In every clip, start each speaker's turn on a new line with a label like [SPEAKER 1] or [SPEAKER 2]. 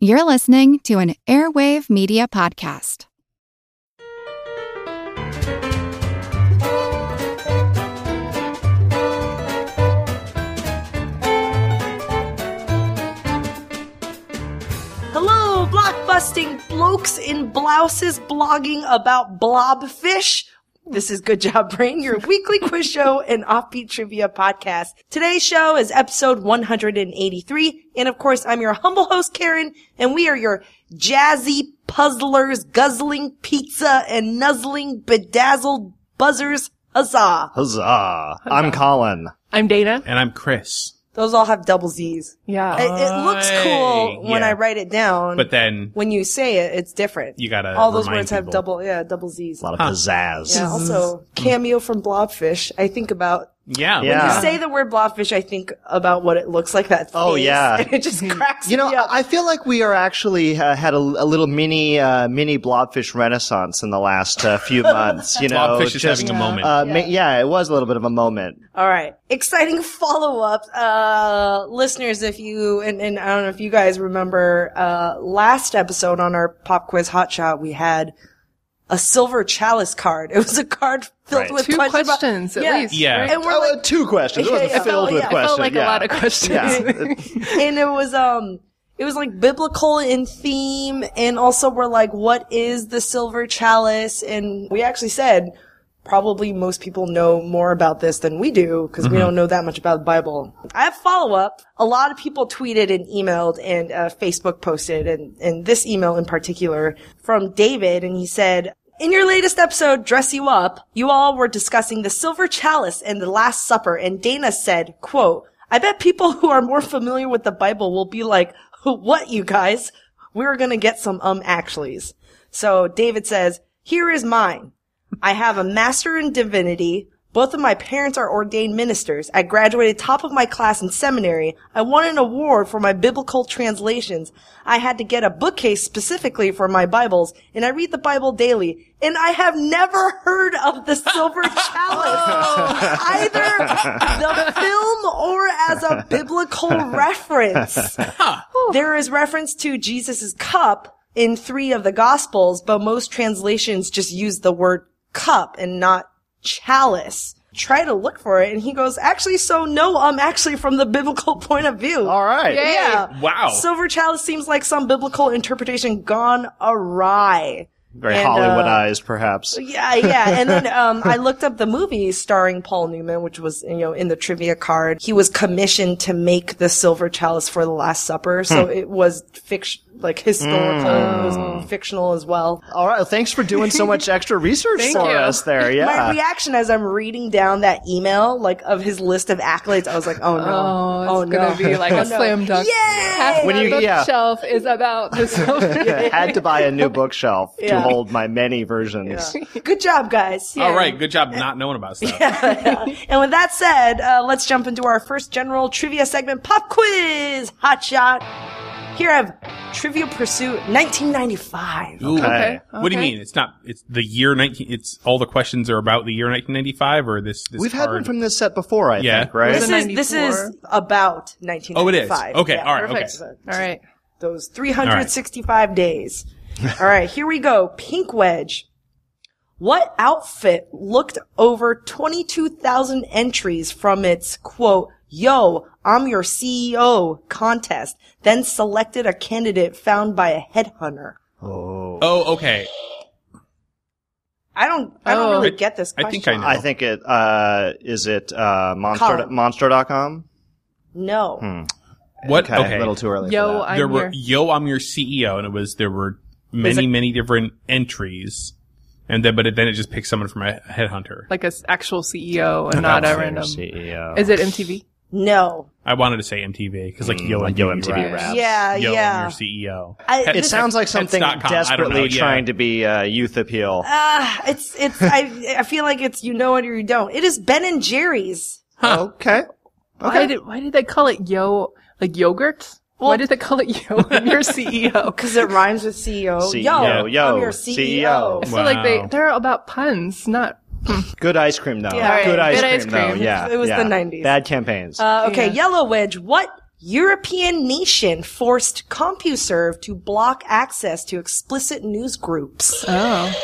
[SPEAKER 1] You're listening to an Airwave Media Podcast.
[SPEAKER 2] Hello, blockbusting blokes in blouses blogging about blobfish. This is Good Job Brain, your weekly quiz show and offbeat trivia podcast. Today's show is episode 183. And of course, I'm your humble host, Karen, and we are your jazzy puzzlers, guzzling pizza and nuzzling bedazzled buzzers. Huzzah.
[SPEAKER 3] Huzzah. I'm Colin.
[SPEAKER 4] I'm Dana.
[SPEAKER 5] And I'm Chris.
[SPEAKER 2] Those all have double Z's.
[SPEAKER 4] Yeah.
[SPEAKER 2] It, it looks cool when
[SPEAKER 5] Yeah.
[SPEAKER 2] I write it down.
[SPEAKER 5] But then
[SPEAKER 2] when you say it, it's different.
[SPEAKER 5] You gotta
[SPEAKER 2] all those
[SPEAKER 5] remind
[SPEAKER 2] words have
[SPEAKER 5] people.
[SPEAKER 2] double yeah double Z's.
[SPEAKER 3] A lot of
[SPEAKER 5] Huh.
[SPEAKER 3] pizzazz.
[SPEAKER 2] Yeah, also cameo from Blobfish. I think about
[SPEAKER 3] Yeah.
[SPEAKER 5] yeah,
[SPEAKER 2] when you say the word Blobfish, I think about what it looks like. That
[SPEAKER 3] Oh,
[SPEAKER 2] face,
[SPEAKER 3] yeah.
[SPEAKER 2] and it just cracks
[SPEAKER 3] You know,
[SPEAKER 2] me up.
[SPEAKER 3] I feel like we are actually uh, had a, a little mini uh, mini blobfish renaissance in the last uh, few months. You know,
[SPEAKER 5] Blobfish is
[SPEAKER 3] just,
[SPEAKER 5] having a moment.
[SPEAKER 3] Uh, yeah. Ma- yeah, it was a little bit of a moment.
[SPEAKER 2] All right. Exciting follow up. Uh, listeners, if you, and, and I don't know if you guys remember, uh, last episode on our pop quiz hot shot, we had a silver chalice card. It was a card filled
[SPEAKER 3] Right.
[SPEAKER 2] with
[SPEAKER 4] Two
[SPEAKER 2] question mark-
[SPEAKER 4] questions at
[SPEAKER 2] Yeah.
[SPEAKER 4] least.
[SPEAKER 5] Yeah.
[SPEAKER 4] right?
[SPEAKER 2] And we're
[SPEAKER 3] Oh,
[SPEAKER 2] like,
[SPEAKER 3] uh, two questions. It
[SPEAKER 2] Yeah,
[SPEAKER 3] wasn't
[SPEAKER 2] yeah.
[SPEAKER 3] filled
[SPEAKER 2] Felt-
[SPEAKER 3] with
[SPEAKER 2] yeah, it
[SPEAKER 4] It
[SPEAKER 3] questions.
[SPEAKER 4] felt like
[SPEAKER 3] yeah.
[SPEAKER 4] a lot of questions.
[SPEAKER 3] Yeah.
[SPEAKER 2] and it was um it was like biblical in theme and also we're like what is the silver chalice and we actually said probably most people know more about this than we do because we don't know that much about the bible i have follow-up a lot of people tweeted and emailed and uh, facebook posted and, and this email in particular from david and he said in your latest episode, Dress You Up, you all were discussing the silver chalice and the Last Supper, and Dana said, quote, I bet people who are more familiar with the Bible will be like, what, you guys? We're gonna get some um actuallys. So David says, here is mine. I have a master in divinity. Both of my parents are ordained ministers. I graduated top of my class in seminary. I won an award for my biblical translations. I had to get a bookcase specifically for my Bibles, and I read the Bible daily. And I have never heard of the silver chalice, either the film or as a biblical reference. There is reference to Jesus' cup in three of the gospels, but most translations just use the word cup and not chalice. Try to look for it. And he goes, actually, so no, um, actually from the biblical point of view.
[SPEAKER 3] All right.
[SPEAKER 4] Yay.
[SPEAKER 2] Yeah.
[SPEAKER 5] Wow.
[SPEAKER 2] Silver chalice seems like some biblical interpretation gone awry.
[SPEAKER 3] Very
[SPEAKER 2] And, uh,
[SPEAKER 3] Hollywoodized, perhaps.
[SPEAKER 2] Yeah, yeah. And then um, I looked up the movie starring Paul Newman, which was you know in the trivia card. He was commissioned to make the silver chalice for the Last Supper, so it was fiction, like historical, it was fictional as well.
[SPEAKER 3] All right. Thanks for doing so much extra research
[SPEAKER 4] Thank
[SPEAKER 3] for
[SPEAKER 4] you.
[SPEAKER 3] us there. Yeah.
[SPEAKER 2] My reaction as I'm reading down that email, like of his list of accolades, I was like, oh no,
[SPEAKER 4] Oh, it's
[SPEAKER 2] no.
[SPEAKER 4] gonna be like
[SPEAKER 2] Oh,
[SPEAKER 4] a
[SPEAKER 2] no.
[SPEAKER 4] slam dunk.
[SPEAKER 2] Yay!
[SPEAKER 4] Half
[SPEAKER 3] When
[SPEAKER 4] my
[SPEAKER 3] you- yeah.
[SPEAKER 4] bookshelf is about this.
[SPEAKER 3] had to buy a new bookshelf to
[SPEAKER 2] Yeah.
[SPEAKER 3] hold my many versions.
[SPEAKER 2] Good job, guys.
[SPEAKER 5] All right, good job not knowing about stuff.
[SPEAKER 2] And with that said, uh, let's jump into our first general trivia segment pop quiz hot shot. Here I have Trivia Pursuit 1995.
[SPEAKER 5] Ooh.
[SPEAKER 3] Okay.
[SPEAKER 5] What do you
[SPEAKER 4] Okay.
[SPEAKER 5] mean? It's not. It's the year nineteen. It's all the questions are about the year nineteen ninety five or this. this
[SPEAKER 3] We've had one
[SPEAKER 5] card?
[SPEAKER 3] from this set before, I
[SPEAKER 5] Yeah.
[SPEAKER 3] think, right?
[SPEAKER 2] This
[SPEAKER 4] the
[SPEAKER 2] is this
[SPEAKER 4] 94.
[SPEAKER 2] is about
[SPEAKER 5] Oh, it is.
[SPEAKER 2] 1995.
[SPEAKER 5] Okay, all right,
[SPEAKER 2] perfect.
[SPEAKER 5] okay.
[SPEAKER 2] So,
[SPEAKER 4] All right.
[SPEAKER 2] Those 365 days. All right, here we go. Pink wedge. What outfit looked over 22,000 entries from its quote, yo, I'm your CEO contest, then selected a candidate found by a headhunter?
[SPEAKER 3] Oh.
[SPEAKER 5] Oh, okay.
[SPEAKER 2] I don't, I don't
[SPEAKER 4] Oh.
[SPEAKER 2] really get this
[SPEAKER 5] I
[SPEAKER 2] question.
[SPEAKER 5] think I know.
[SPEAKER 3] I think it uh is it uh monster
[SPEAKER 2] Colin.
[SPEAKER 3] monster.com?
[SPEAKER 2] No.
[SPEAKER 5] What?
[SPEAKER 3] Okay,
[SPEAKER 5] Okay.
[SPEAKER 3] a little too early.
[SPEAKER 4] Yo,
[SPEAKER 3] for that.
[SPEAKER 4] I'm
[SPEAKER 5] there
[SPEAKER 4] here.
[SPEAKER 5] were yo, I'm your CEO, and it was there were many many different entries, and then but it, then it just picked someone from a headhunter.
[SPEAKER 4] Like an actual CEO and not a random.
[SPEAKER 5] E
[SPEAKER 3] CEO.
[SPEAKER 4] Is it MTV?
[SPEAKER 2] No.
[SPEAKER 5] I wanted to say MTV because like yo,
[SPEAKER 3] Mm, like
[SPEAKER 5] MTV
[SPEAKER 3] Yo, MTV
[SPEAKER 5] raps.
[SPEAKER 3] Raps.
[SPEAKER 2] Yeah,
[SPEAKER 5] Yo,
[SPEAKER 2] yeah.
[SPEAKER 5] I'm your E CEO.
[SPEAKER 2] I-
[SPEAKER 5] Pet-
[SPEAKER 3] It sounds like
[SPEAKER 5] Pets
[SPEAKER 3] something
[SPEAKER 5] dot com, I don't
[SPEAKER 3] desperately
[SPEAKER 5] know, yeah.
[SPEAKER 3] trying to be uh, youth appeal.
[SPEAKER 2] Ah, it's it's I I feel like it's you know it or you don't. It is Ben and Jerry's.
[SPEAKER 3] Okay.
[SPEAKER 4] Why did why did they call it yo like yogurt? why did they call it yo and your CEO?
[SPEAKER 2] Cause it rhymes with CEO.
[SPEAKER 3] CEO,
[SPEAKER 2] yo,
[SPEAKER 3] yo,
[SPEAKER 2] I'm your E CEO.
[SPEAKER 4] So like they
[SPEAKER 5] Wow.
[SPEAKER 4] they're about puns, not
[SPEAKER 3] Good ice cream though.
[SPEAKER 2] Yeah.
[SPEAKER 3] Good,
[SPEAKER 4] Alright,
[SPEAKER 3] ice
[SPEAKER 4] good ice
[SPEAKER 3] cream, though.
[SPEAKER 4] cream.
[SPEAKER 3] Yeah.
[SPEAKER 2] It was
[SPEAKER 3] yeah.
[SPEAKER 2] the 90s.
[SPEAKER 3] Bad campaigns.
[SPEAKER 2] Uh, okay,
[SPEAKER 4] Yeah.
[SPEAKER 2] Yellow Wedge. What European nation forced CompuServe to block access to explicit news groups.
[SPEAKER 4] Oh.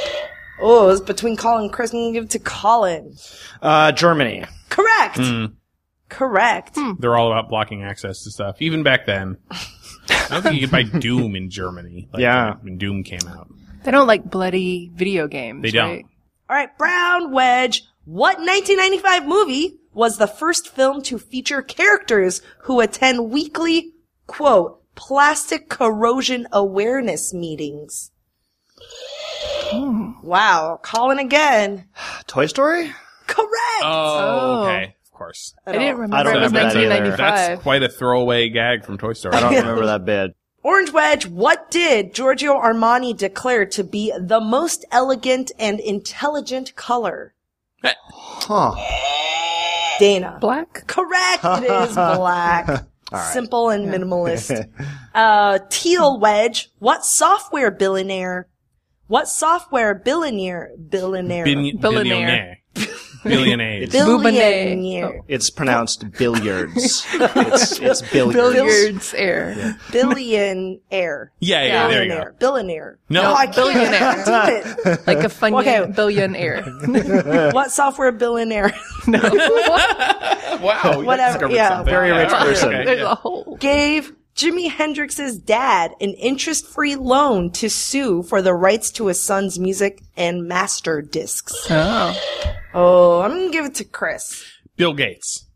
[SPEAKER 2] Oh, it was between Colin and Chris. I'm gonna give it to Colin.
[SPEAKER 3] Uh, Germany.
[SPEAKER 2] Correct. Correct.
[SPEAKER 5] They're all about blocking access to stuff, even back then. I don't think you could buy Doom in Germany. Like,
[SPEAKER 3] Yeah.
[SPEAKER 5] when Doom came out.
[SPEAKER 4] They don't like bloody video games.
[SPEAKER 5] They don't.
[SPEAKER 4] right?
[SPEAKER 2] All right, Brown Wedge. What 1995 movie was the first film to feature characters who attend weekly, quote, plastic corrosion awareness meetings? Wow. Colin again.
[SPEAKER 3] Toy Story?
[SPEAKER 2] Correct.
[SPEAKER 4] Oh.
[SPEAKER 5] Oh, okay. Of course.
[SPEAKER 4] I didn't remember
[SPEAKER 3] I don't
[SPEAKER 4] it was
[SPEAKER 3] remember that either.
[SPEAKER 4] 1995.
[SPEAKER 5] That's quite a throwaway gag from Toy Story.
[SPEAKER 3] I don't remember that bid.
[SPEAKER 2] Orange Wedge, what did Giorgio Armani declare to be the most elegant and intelligent color?
[SPEAKER 3] Huh.
[SPEAKER 2] Dana.
[SPEAKER 4] Black?
[SPEAKER 2] Correct. It is black. Simple and minimalist. Uh, teal wedge. What software billionaire? What software billionaire? Billionaire.
[SPEAKER 5] Bin-
[SPEAKER 4] Billionaire.
[SPEAKER 5] billionaire. Billionaire.
[SPEAKER 2] billionaire.
[SPEAKER 3] It's pronounced billiards. it's, it's billiards.
[SPEAKER 4] Billiards air.
[SPEAKER 2] Billionaire.
[SPEAKER 5] yeah, yeah,
[SPEAKER 4] Yeah.
[SPEAKER 5] there you go.
[SPEAKER 2] Billionaire. Billionaire.
[SPEAKER 5] No.
[SPEAKER 2] I can't.
[SPEAKER 4] Billionaire.
[SPEAKER 2] Do it.
[SPEAKER 4] Like a funny
[SPEAKER 2] Okay.
[SPEAKER 4] billionaire.
[SPEAKER 2] What software billionaire?
[SPEAKER 5] Wow. you
[SPEAKER 2] Whatever,
[SPEAKER 5] discovered
[SPEAKER 2] yeah.
[SPEAKER 5] something.
[SPEAKER 3] Very rich
[SPEAKER 5] Okay,
[SPEAKER 3] person.
[SPEAKER 5] yeah.
[SPEAKER 4] There's a whole.
[SPEAKER 2] gave Jimi Hendrix's dad an interest-free loan to sue for the rights to his son's music and master discs.
[SPEAKER 4] Oh.
[SPEAKER 2] Oh, I'm gonna give it to Chris.
[SPEAKER 5] Bill Gates.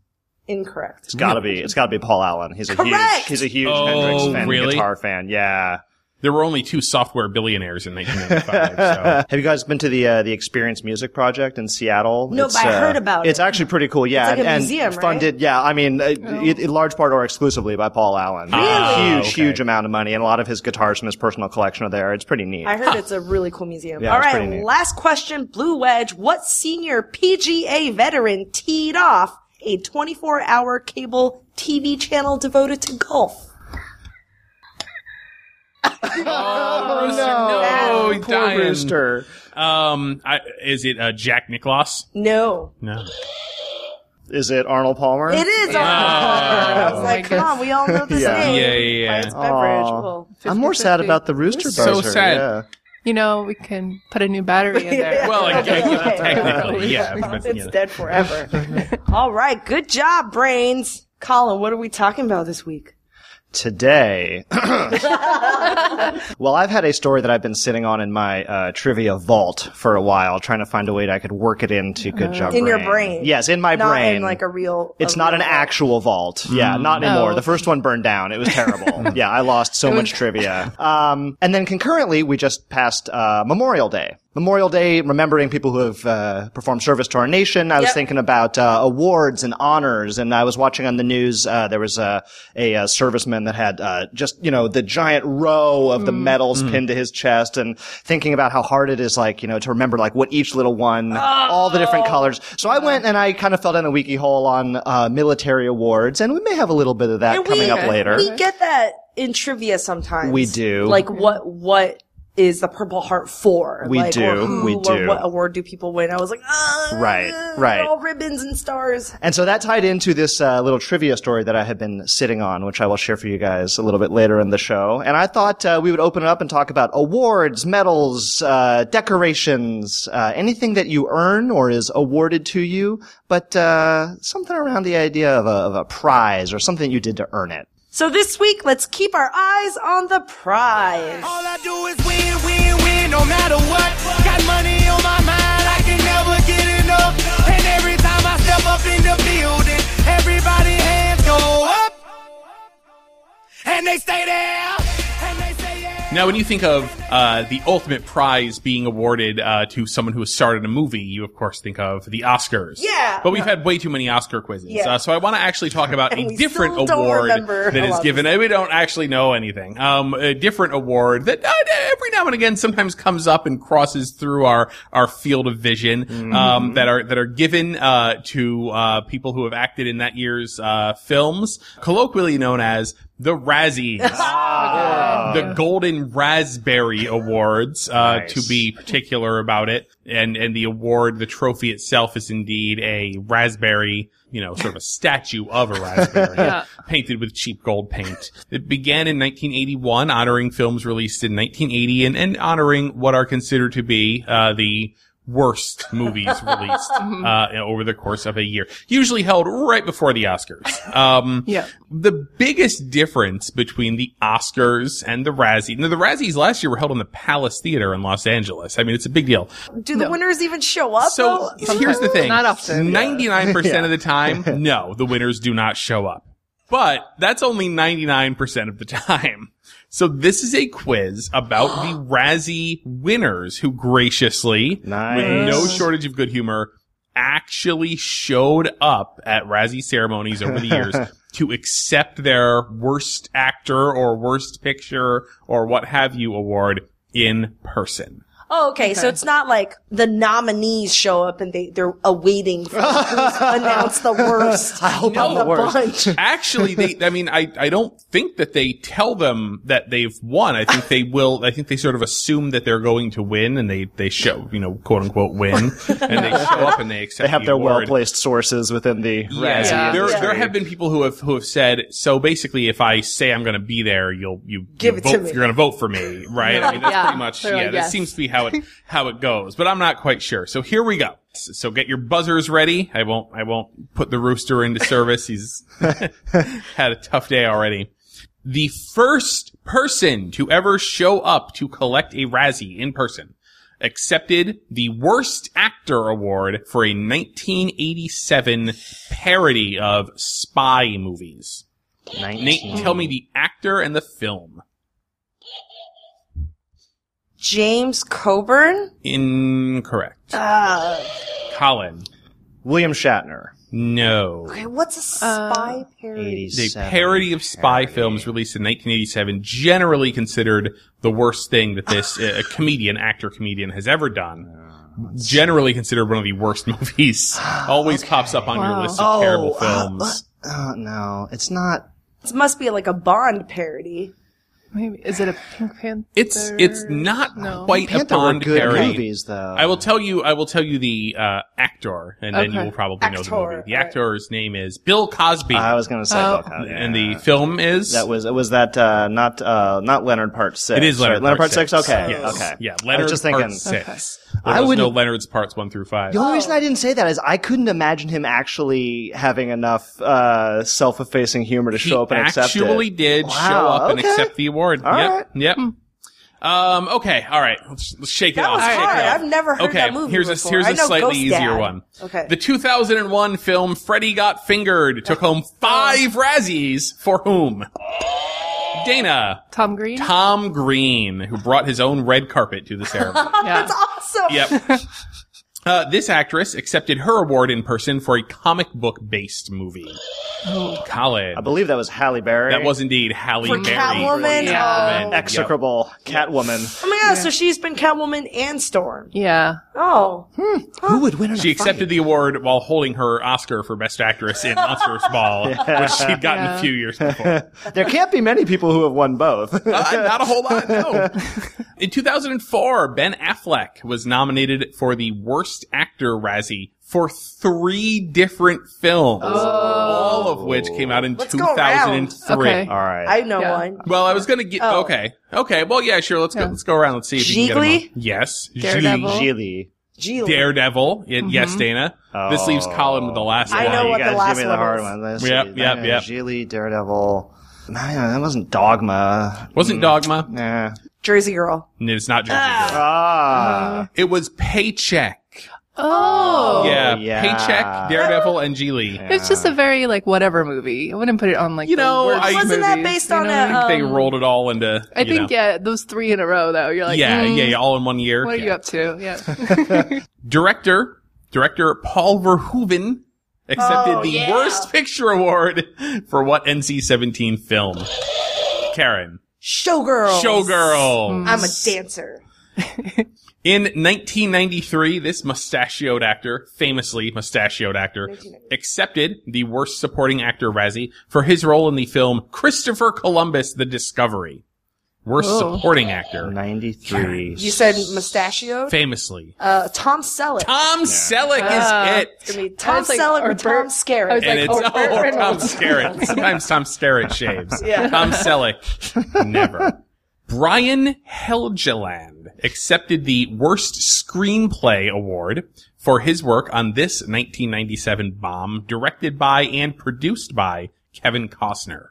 [SPEAKER 2] Incorrect.
[SPEAKER 3] It's gotta be. It's gotta be Paul Allen. He's a
[SPEAKER 2] Correct!
[SPEAKER 3] huge. He's a huge
[SPEAKER 5] Oh,
[SPEAKER 3] Hendrix fan,
[SPEAKER 5] really?
[SPEAKER 3] guitar fan. Yeah.
[SPEAKER 5] There were only two software billionaires in 1995.
[SPEAKER 3] Have you guys been to the uh, the Experience Music Project in Seattle?
[SPEAKER 2] No,
[SPEAKER 3] It's,
[SPEAKER 2] but I
[SPEAKER 3] uh,
[SPEAKER 2] heard about
[SPEAKER 3] It's
[SPEAKER 2] it.
[SPEAKER 3] actually pretty cool. Yeah,
[SPEAKER 2] It's like a
[SPEAKER 3] and,
[SPEAKER 2] museum, right? Oh.
[SPEAKER 3] funded. Yeah, I mean, uh, it, in large part or exclusively by Paul Allen.
[SPEAKER 5] Really? Ah,
[SPEAKER 3] huge,
[SPEAKER 5] okay.
[SPEAKER 3] huge amount of money, and a lot of his guitars from his personal collection are there. It's pretty neat.
[SPEAKER 2] I heard it's a really cool museum.
[SPEAKER 3] Yeah,
[SPEAKER 2] All
[SPEAKER 3] it's pretty
[SPEAKER 2] right,
[SPEAKER 3] neat.
[SPEAKER 2] last question, Blue Wedge. What senior PGA veteran teed off a 24-hour cable TV channel devoted to golf?
[SPEAKER 5] So. Oh, no,
[SPEAKER 3] Poor Rooster.
[SPEAKER 5] Um, I, is it uh, Jack Nicklaus?
[SPEAKER 2] No,
[SPEAKER 5] No.
[SPEAKER 3] Is it Arnold Palmer?
[SPEAKER 2] it is.
[SPEAKER 5] Oh.
[SPEAKER 2] I was like,
[SPEAKER 4] my
[SPEAKER 2] come on, we all know this
[SPEAKER 3] Yeah.
[SPEAKER 2] name.
[SPEAKER 5] Yeah, yeah,
[SPEAKER 2] By
[SPEAKER 5] yeah.
[SPEAKER 2] its beverage.
[SPEAKER 3] Aw.
[SPEAKER 2] Well,
[SPEAKER 3] I'm more sad about the Rooster
[SPEAKER 5] So
[SPEAKER 3] Buzzer,
[SPEAKER 5] sad.
[SPEAKER 3] yeah.
[SPEAKER 4] You know, we can put a new battery in there.
[SPEAKER 5] Well, I guess
[SPEAKER 2] Okay.
[SPEAKER 5] technically, yeah. but, you
[SPEAKER 2] It's
[SPEAKER 5] know.
[SPEAKER 2] dead forever. All right. Good job, brains. Colin, what are we talking about this week?
[SPEAKER 3] today. well, I've had a story that I've been sitting on in my uh, trivia vault for a while, trying to find a way that I could work it into good job.
[SPEAKER 2] in your brain.
[SPEAKER 3] Yes, in my
[SPEAKER 2] Not
[SPEAKER 3] brain.
[SPEAKER 2] in like a real.
[SPEAKER 3] it's
[SPEAKER 2] a
[SPEAKER 3] not an
[SPEAKER 2] real- Oh.
[SPEAKER 3] actual vault. Yeah, not anymore. The first one burned down. It was terrible. yeah, I lost so much trivia. Um, and then concurrently, we just passed uh, Memorial Day. Memorial Day, remembering people who have uh, performed service to our nation. I was
[SPEAKER 2] Yep.
[SPEAKER 3] thinking about uh, awards and honors, and I was watching on the news. Uh, there was a, a, uh serviceman that had uh, just you know the giant row of the medals pinned to his chest, and thinking about how hard it is, like you know, to remember like what each little one, all the different colors. So I went and I kind of fell down a wiki hole on uh, military awards, and we may have a little bit of that
[SPEAKER 2] And we-
[SPEAKER 3] coming up later.
[SPEAKER 2] We get that in trivia sometimes.
[SPEAKER 3] We do.
[SPEAKER 2] Like what? What is the Purple Heart for?
[SPEAKER 3] We
[SPEAKER 2] Like, or
[SPEAKER 3] do,
[SPEAKER 2] who
[SPEAKER 3] we
[SPEAKER 2] or
[SPEAKER 3] do.
[SPEAKER 2] what award do people win? I was like, ah,
[SPEAKER 3] Right, right.
[SPEAKER 2] All ribbons and stars.
[SPEAKER 3] And so that tied into this uh, little trivia story that I have been sitting on, which I will share for you guys a little bit later in the show. And I thought uh, we would open it up and talk about awards, medals, uh, decorations, uh, anything that you earn or is awarded to you, but uh, something around the idea of a, of a prize or something you did to earn it.
[SPEAKER 2] So this week, let's keep our eyes on the prize.
[SPEAKER 6] All I do is win, win, win, no matter what. Got money on my mind, I can never get enough. And every time I step up in the building, everybody hands go up. And they stay there. And they say, yeah.
[SPEAKER 5] Now, when you think of uh, the ultimate prize being awarded uh, to someone who has starred in a movie, you of course think of the Oscars.
[SPEAKER 2] Yeah.
[SPEAKER 5] But we've had way too many Oscar quizzes,
[SPEAKER 2] Yeah.
[SPEAKER 5] uh, so I want to actually talk about
[SPEAKER 2] And
[SPEAKER 5] a
[SPEAKER 2] we
[SPEAKER 5] different
[SPEAKER 2] still don't
[SPEAKER 5] award
[SPEAKER 2] remember
[SPEAKER 5] that
[SPEAKER 2] a lot
[SPEAKER 5] is
[SPEAKER 2] of
[SPEAKER 5] given. We don't actually know anything. Um, a different award that uh, every now and again sometimes comes up and crosses through our our field of vision
[SPEAKER 2] Mm-hmm.
[SPEAKER 5] um, that are that are given uh, to uh, people who have acted in that year's uh, films, colloquially known as the Razzies.
[SPEAKER 3] Ah,
[SPEAKER 5] The the Golden Raspberry Awards, uh, to be particular about it. And, and the award, the trophy itself is indeed a raspberry, you know, sort of a statue of a raspberry
[SPEAKER 4] Yeah.
[SPEAKER 5] painted with cheap gold paint. It began in 1981, honoring films released in 1980 and, and honoring what are considered to be, uh, the worst movies released, uh, over the course of a year. Usually held right before the Oscars. Um,
[SPEAKER 4] Yeah.
[SPEAKER 5] the biggest difference between the Oscars and the Razzies. Now, the Razzies last year were held in the Palace Theater in Los Angeles. I mean, it's a big deal.
[SPEAKER 2] Do the winners even show up?
[SPEAKER 5] So
[SPEAKER 2] though?
[SPEAKER 5] here's the thing:
[SPEAKER 4] Not often.
[SPEAKER 5] ninety-nine percent of the time, no, the winners do not show up. But that's only ninety-nine percent of the time. So this is a quiz about the Razzie winners who graciously, with
[SPEAKER 3] Nice.
[SPEAKER 5] no shortage of good humor, actually showed up at Razzie ceremonies over the years to accept their worst actor or worst picture or what have you award in person.
[SPEAKER 2] Oh, okay. So it's not like the nominees show up and they, they're awaiting for who's announced the worst. I hope
[SPEAKER 5] I'm the worst.
[SPEAKER 2] Bunch.
[SPEAKER 5] Actually, they, I mean, I, I don't think that they tell them that they've won. I think they will, I think they sort of assume that they're going to win and they, they show, you know, quote unquote win and they show up and they accept
[SPEAKER 3] They have
[SPEAKER 5] the
[SPEAKER 3] their
[SPEAKER 5] award.
[SPEAKER 3] well placed sources within the
[SPEAKER 5] Yeah.
[SPEAKER 3] Razzie.
[SPEAKER 4] Yeah.
[SPEAKER 5] There,
[SPEAKER 2] Yeah.
[SPEAKER 5] there have been people who have who have said so. Basically, if I say I'm going to be there, you'll you
[SPEAKER 2] Give
[SPEAKER 5] you
[SPEAKER 2] it to
[SPEAKER 5] vote,
[SPEAKER 2] me.
[SPEAKER 5] You're going to vote for me, right? I mean, that's
[SPEAKER 4] Yeah.
[SPEAKER 5] pretty much
[SPEAKER 4] They're like,
[SPEAKER 5] yeah. That
[SPEAKER 4] yes.
[SPEAKER 5] seems to be how it how it goes, but I'm not quite sure. So here we go. S- So get your buzzers ready. I won't I won't put the rooster into service. He's had a tough day already. The first person to ever show up to collect a Razzie in person accepted the Worst Actor Award for a 1987 parody of spy movies. Nate, tell me the actor and the film.
[SPEAKER 2] James Coburn?
[SPEAKER 5] Incorrect.
[SPEAKER 2] Uh,
[SPEAKER 5] Colin.
[SPEAKER 3] William Shatner.
[SPEAKER 5] No.
[SPEAKER 2] okay, what's a spy parody?
[SPEAKER 5] The
[SPEAKER 3] 87.
[SPEAKER 5] parody of spy films released in 1987, generally considered the worst thing that this uh, comedian, actor comedian, has ever done. Generally considered one of the worst movies. Always pops up on your
[SPEAKER 4] Wow.
[SPEAKER 5] list of terrible
[SPEAKER 3] Oh, uh,
[SPEAKER 5] films.
[SPEAKER 3] Oh, no, it's not.
[SPEAKER 2] This must be like a Bond parody.
[SPEAKER 4] Maybe is it a Pink Panther?
[SPEAKER 5] It's it's not
[SPEAKER 4] No.
[SPEAKER 5] quite a
[SPEAKER 3] Panther were
[SPEAKER 5] Bond
[SPEAKER 3] good
[SPEAKER 5] parody.
[SPEAKER 3] movies, though.
[SPEAKER 5] I will tell you. I will tell you the uh, actor, and then you
[SPEAKER 4] Okay.
[SPEAKER 5] will probably know the
[SPEAKER 2] Actor,
[SPEAKER 5] movie. The
[SPEAKER 2] right.
[SPEAKER 5] actor's name is Bill Cosby,
[SPEAKER 3] I was going to say
[SPEAKER 4] Oh.
[SPEAKER 3] Bill Cosby.
[SPEAKER 5] and the film is
[SPEAKER 3] That was was that uh, not uh, not Leonard Part Six.
[SPEAKER 5] it is
[SPEAKER 3] right?
[SPEAKER 5] Leonard,
[SPEAKER 3] Part Six. Okay,
[SPEAKER 5] Yes.
[SPEAKER 3] okay.
[SPEAKER 5] yeah.
[SPEAKER 3] I
[SPEAKER 5] Leonard
[SPEAKER 3] was just
[SPEAKER 5] Part
[SPEAKER 3] thinking.
[SPEAKER 5] Six.
[SPEAKER 3] I
[SPEAKER 5] I would know
[SPEAKER 3] wouldn't-
[SPEAKER 5] Leonard's parts one through five.
[SPEAKER 3] The only reason I didn't say that is I couldn't imagine him actually having enough uh, self-effacing humor to
[SPEAKER 5] He
[SPEAKER 3] show up and accept
[SPEAKER 5] actually
[SPEAKER 3] it.
[SPEAKER 5] did show
[SPEAKER 3] Wow,
[SPEAKER 5] up and
[SPEAKER 3] okay.
[SPEAKER 5] accept the award.
[SPEAKER 3] All
[SPEAKER 5] yep.
[SPEAKER 3] right. Hmm.
[SPEAKER 5] Yep. Um, okay. All right. Let's, let's shake it
[SPEAKER 2] That
[SPEAKER 5] off.
[SPEAKER 2] was
[SPEAKER 5] Shake it
[SPEAKER 2] hard.
[SPEAKER 5] off.
[SPEAKER 2] I've never heard
[SPEAKER 5] okay,
[SPEAKER 2] that movie
[SPEAKER 5] Here's a
[SPEAKER 2] before.
[SPEAKER 5] here's
[SPEAKER 2] I
[SPEAKER 5] a
[SPEAKER 2] know
[SPEAKER 5] slightly
[SPEAKER 2] Ghost
[SPEAKER 5] easier
[SPEAKER 2] Dad.
[SPEAKER 5] one.
[SPEAKER 2] Okay.
[SPEAKER 5] The 2001 film Freddy Got Fingered took home five Razzies for whom? Dana.
[SPEAKER 4] Tom Green.
[SPEAKER 5] Tom Green, who brought his own red carpet to the ceremony.
[SPEAKER 4] yeah.
[SPEAKER 2] That's awesome.
[SPEAKER 5] Yep. Uh, this actress accepted her award in person for a comic book based movie. Oh. Colin.
[SPEAKER 3] I believe that was Halle Berry.
[SPEAKER 5] That was indeed Halle
[SPEAKER 2] For
[SPEAKER 5] Berry.
[SPEAKER 2] Catwoman.
[SPEAKER 4] Yeah.
[SPEAKER 5] Catwoman.
[SPEAKER 3] execrable Catwoman.
[SPEAKER 2] Oh my god, so she's been Catwoman and Storm.
[SPEAKER 4] Yeah.
[SPEAKER 2] Oh.
[SPEAKER 3] Who would win? In
[SPEAKER 5] She
[SPEAKER 3] a
[SPEAKER 5] accepted the award while holding her Oscar for Best Actress in Monsters Ball, which she'd gotten a
[SPEAKER 4] Yeah.
[SPEAKER 5] few years before.
[SPEAKER 3] fight? There can't be many people who have won both.
[SPEAKER 5] Uh, not a whole lot, no. In 2004, Ben Affleck was nominated for the Worst Actor Razzie for three different films, all of which came out in
[SPEAKER 2] Oh. Let's go around.
[SPEAKER 5] 2003.
[SPEAKER 4] Okay.
[SPEAKER 3] All right.
[SPEAKER 2] I know
[SPEAKER 4] Yeah.
[SPEAKER 2] one.
[SPEAKER 5] Well, I was gonna get
[SPEAKER 2] Oh.
[SPEAKER 5] okay, okay. Well, yeah, sure. Let's go. Let's go around. Let's see if you can get
[SPEAKER 2] Gigli?
[SPEAKER 5] him on. Yes,
[SPEAKER 4] Daredevil.
[SPEAKER 5] Gigli.
[SPEAKER 3] Gigli.
[SPEAKER 2] Gila.
[SPEAKER 5] Daredevil. Y-
[SPEAKER 4] Mm-hmm.
[SPEAKER 5] Yes, Dana. This leaves Colin with the last
[SPEAKER 2] I
[SPEAKER 5] one.
[SPEAKER 2] know
[SPEAKER 3] you
[SPEAKER 2] what the
[SPEAKER 3] guys
[SPEAKER 2] last
[SPEAKER 3] give me the
[SPEAKER 2] one
[SPEAKER 3] hard
[SPEAKER 2] is.
[SPEAKER 3] one. Let's
[SPEAKER 5] Yep,
[SPEAKER 3] see.
[SPEAKER 5] yep,
[SPEAKER 3] Uh,
[SPEAKER 5] yep.
[SPEAKER 3] Gigli, Daredevil. Man, that wasn't Dogma.
[SPEAKER 5] Wasn't Dogma.
[SPEAKER 3] Nah.
[SPEAKER 2] Jersey Girl.
[SPEAKER 5] No, It's not Jersey Girl.
[SPEAKER 3] Ah.
[SPEAKER 5] It was Paycheck.
[SPEAKER 4] Oh.
[SPEAKER 5] yeah.
[SPEAKER 3] yeah.
[SPEAKER 5] Paycheck, Daredevil, and Geely.
[SPEAKER 4] It's just a very like whatever movie. I wouldn't put it on like
[SPEAKER 5] You
[SPEAKER 4] the
[SPEAKER 5] know,
[SPEAKER 4] worst
[SPEAKER 5] I-
[SPEAKER 2] Wasn't that
[SPEAKER 4] movies,
[SPEAKER 2] based
[SPEAKER 4] you
[SPEAKER 2] on
[SPEAKER 4] know?
[SPEAKER 2] a,
[SPEAKER 5] I think they
[SPEAKER 2] um,
[SPEAKER 5] rolled it all into.
[SPEAKER 4] I
[SPEAKER 5] you
[SPEAKER 4] think
[SPEAKER 5] know.
[SPEAKER 4] yeah, those three in a row though. You're like
[SPEAKER 5] yeah,
[SPEAKER 4] mm,
[SPEAKER 5] yeah, yeah, all in one year.
[SPEAKER 4] What are
[SPEAKER 5] Yeah.
[SPEAKER 4] you up to? Yeah.
[SPEAKER 5] Director, director Paul Verhoeven accepted
[SPEAKER 4] Oh,
[SPEAKER 5] the Worst Picture Award for what NC-17 film? Karen,
[SPEAKER 2] Showgirl.
[SPEAKER 4] Mm.
[SPEAKER 5] Showgirl.
[SPEAKER 2] I'm a dancer.
[SPEAKER 5] In 1993, this mustachioed actor, famously mustachioed actor, accepted the Worst Supporting Actor Razzie for his role in the film Christopher Columbus: The Discovery. Worst supporting
[SPEAKER 3] Uh,
[SPEAKER 5] actor.
[SPEAKER 3] 93.
[SPEAKER 2] You said mustachioed?
[SPEAKER 5] Famously.
[SPEAKER 2] Uh, Tom Selleck.
[SPEAKER 5] Tom Selleck
[SPEAKER 4] Ah.
[SPEAKER 5] is it.
[SPEAKER 2] It's gonna be Tom
[SPEAKER 4] was like-
[SPEAKER 2] Selleck
[SPEAKER 4] or
[SPEAKER 2] or, Tom
[SPEAKER 4] Burt-
[SPEAKER 2] Skerritt.
[SPEAKER 4] I was
[SPEAKER 5] And
[SPEAKER 4] like,
[SPEAKER 5] it's
[SPEAKER 4] oh,
[SPEAKER 5] oh,
[SPEAKER 4] Burt
[SPEAKER 5] Tom
[SPEAKER 4] Reynolds.
[SPEAKER 5] Skerritt. Sometimes Tom Skerritt shaves.
[SPEAKER 2] Yeah.
[SPEAKER 5] Tom Selleck, never. Brian Helgeland accepted the Worst Screenplay Award for his work on this 1997 bomb, directed by and produced by Kevin Costner.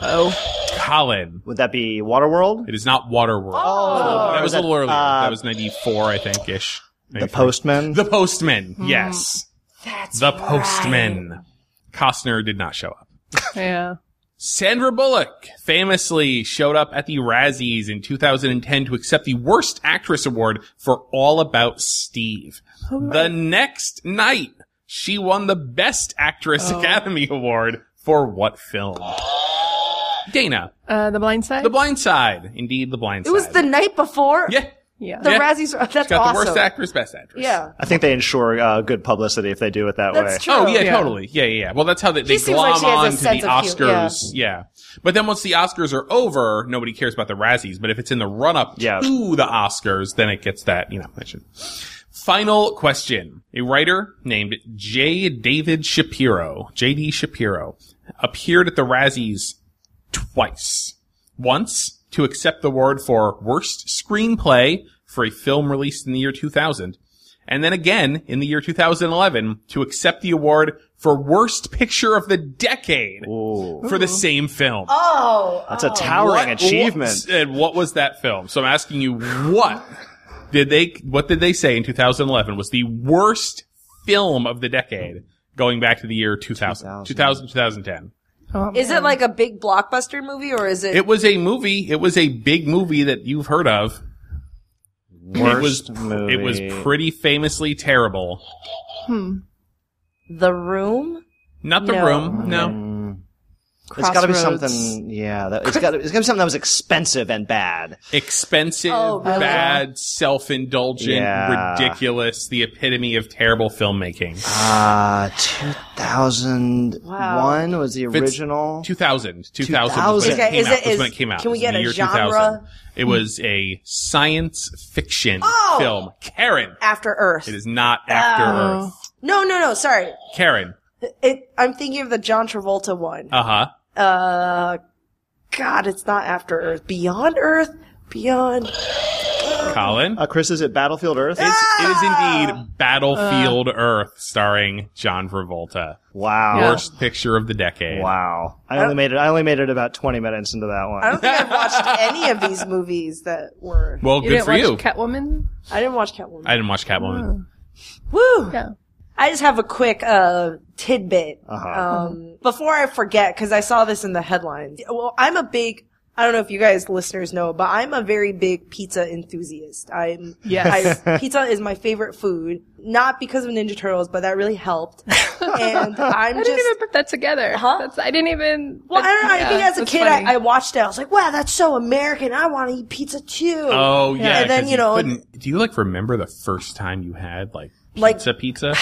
[SPEAKER 4] Oh,
[SPEAKER 5] Colin,
[SPEAKER 3] Would that be Waterworld?
[SPEAKER 5] it is not Waterworld. Oh, that was a little earlier.
[SPEAKER 3] uh,
[SPEAKER 5] that was 94, I think, ish.
[SPEAKER 3] The Postman?
[SPEAKER 5] The Postman, yes. That's The Postman. Costner did not show up.
[SPEAKER 4] yeah.
[SPEAKER 5] Sandra Bullock famously showed up at the Razzies in 2010 to accept the Worst Actress Award for All About Steve. The next night, she won the Best Actress
[SPEAKER 2] Oh.
[SPEAKER 5] Academy Award for what film? Dana,
[SPEAKER 4] Uh, the Blind Side.
[SPEAKER 5] The Blind Side. Indeed, The Blind
[SPEAKER 2] it was
[SPEAKER 5] Side.
[SPEAKER 2] the night before.
[SPEAKER 5] yeah.
[SPEAKER 4] yeah.
[SPEAKER 2] The
[SPEAKER 5] Yeah.
[SPEAKER 2] Razzies. Were, that's
[SPEAKER 5] Got
[SPEAKER 2] awesome.
[SPEAKER 5] the Worst Actress, Best Actress.
[SPEAKER 2] Yeah,
[SPEAKER 3] I think they ensure uh, good publicity if they do it that way.
[SPEAKER 2] that's true.
[SPEAKER 5] Oh yeah,
[SPEAKER 4] Yeah.
[SPEAKER 5] totally. Yeah, yeah. yeah. Well, that's how they, they
[SPEAKER 2] seems like
[SPEAKER 5] glom
[SPEAKER 2] she has a
[SPEAKER 5] on to the
[SPEAKER 2] sense of humor, yeah.
[SPEAKER 5] Oscars. Yeah. But then once the Oscars are over, nobody cares about the Razzies. But if it's in the run up
[SPEAKER 3] Yeah.
[SPEAKER 5] to the Oscars, then it gets that you know mention. Final question: A writer named J. David Shapiro, J.D. Shapiro, appeared at the Razzies twice. Once to accept the award for worst screenplay for a film released in the year 2000, and then again in the year 2011 to accept the award for worst picture of the decade
[SPEAKER 3] Ooh.
[SPEAKER 5] for the same film.
[SPEAKER 3] That's a towering achievement.
[SPEAKER 5] What, and what was that film? So I'm asking you, what did they? What did they say in 2011 was the worst film of the decade, going back to the year 2000, 2000 2010.
[SPEAKER 4] Oh,
[SPEAKER 2] Is it like a big blockbuster movie or is it?
[SPEAKER 5] It was a movie. It was a big movie that you've heard of. it was.
[SPEAKER 3] Worst movie.
[SPEAKER 5] It was pretty famously terrible.
[SPEAKER 2] the Room.
[SPEAKER 5] Not the
[SPEAKER 2] No. Mm-hmm.
[SPEAKER 5] room. No.
[SPEAKER 3] It's got to be
[SPEAKER 4] Crossroads.
[SPEAKER 3] something. Yeah, that, it's got. It's got to be something that was expensive and bad.
[SPEAKER 5] Expensive,
[SPEAKER 2] Oh, really?
[SPEAKER 5] bad, self-indulgent,
[SPEAKER 3] Yeah.
[SPEAKER 5] ridiculous. The epitome of terrible filmmaking.
[SPEAKER 3] Uh, 2001 was the
[SPEAKER 5] it's
[SPEAKER 3] original.
[SPEAKER 5] 2000. 2000 was when
[SPEAKER 3] 2000.
[SPEAKER 5] it came
[SPEAKER 2] Okay, is
[SPEAKER 5] out.
[SPEAKER 2] it-
[SPEAKER 5] was
[SPEAKER 2] is-
[SPEAKER 5] when it came out.
[SPEAKER 2] can we
[SPEAKER 5] It was
[SPEAKER 2] get
[SPEAKER 5] in the
[SPEAKER 2] a
[SPEAKER 5] year
[SPEAKER 2] genre?
[SPEAKER 5] 2000. It was a science fiction
[SPEAKER 2] Oh!
[SPEAKER 5] film. Karen.
[SPEAKER 2] After Earth.
[SPEAKER 5] It is not After
[SPEAKER 2] Oh.
[SPEAKER 5] Earth.
[SPEAKER 2] No, no, no. Sorry.
[SPEAKER 5] Karen.
[SPEAKER 2] It. I'm thinking of the John Travolta one.
[SPEAKER 5] Uh huh.
[SPEAKER 2] Uh, God, it's not After Earth. Beyond Earth. Beyond.
[SPEAKER 5] Colin.
[SPEAKER 3] Uh, Chris, is it Battlefield Earth?
[SPEAKER 5] It's, it is
[SPEAKER 2] Ah!
[SPEAKER 5] indeed Battlefield
[SPEAKER 2] Uh.
[SPEAKER 5] Earth, starring John Travolta.
[SPEAKER 3] wow.
[SPEAKER 5] Worst picture of the decade.
[SPEAKER 3] Wow. I only made it. I only made it about 20 minutes into that
[SPEAKER 2] I don't
[SPEAKER 3] one.
[SPEAKER 2] think I've watched any of these movies that were.
[SPEAKER 5] Well,
[SPEAKER 4] You
[SPEAKER 5] good
[SPEAKER 4] didn't
[SPEAKER 5] for
[SPEAKER 4] watch
[SPEAKER 5] you.
[SPEAKER 4] Catwoman?
[SPEAKER 2] I didn't watch Catwoman.
[SPEAKER 5] I didn't watch
[SPEAKER 2] Oh.
[SPEAKER 5] Catwoman.
[SPEAKER 2] Woo!
[SPEAKER 4] Yeah.
[SPEAKER 2] I just have a quick uh, tidbit
[SPEAKER 5] Uh-huh.
[SPEAKER 4] Uh-huh.
[SPEAKER 2] um, before I forget because I saw this in the headlines. Well, I'm a big. I don't know if you guys listeners know, but I'm a very big pizza enthusiast. I'm
[SPEAKER 4] Yes.
[SPEAKER 2] I, pizza is my favorite food, not because of Ninja Turtles, but that really helped. And I'm
[SPEAKER 4] I
[SPEAKER 2] just
[SPEAKER 4] didn't even put that together. That's, I didn't even.
[SPEAKER 2] well, I don't know. I
[SPEAKER 4] yeah,
[SPEAKER 2] think as a
[SPEAKER 4] that's
[SPEAKER 2] kid,
[SPEAKER 4] funny.
[SPEAKER 2] I, I watched it. I was like, "Wow, that's so American! I want to eat pizza too."
[SPEAKER 5] Oh yeah.
[SPEAKER 2] And then
[SPEAKER 5] 'cause
[SPEAKER 2] you know,
[SPEAKER 5] couldn't- do you like remember the first time you had like
[SPEAKER 2] Like-
[SPEAKER 5] pizza? Pizza.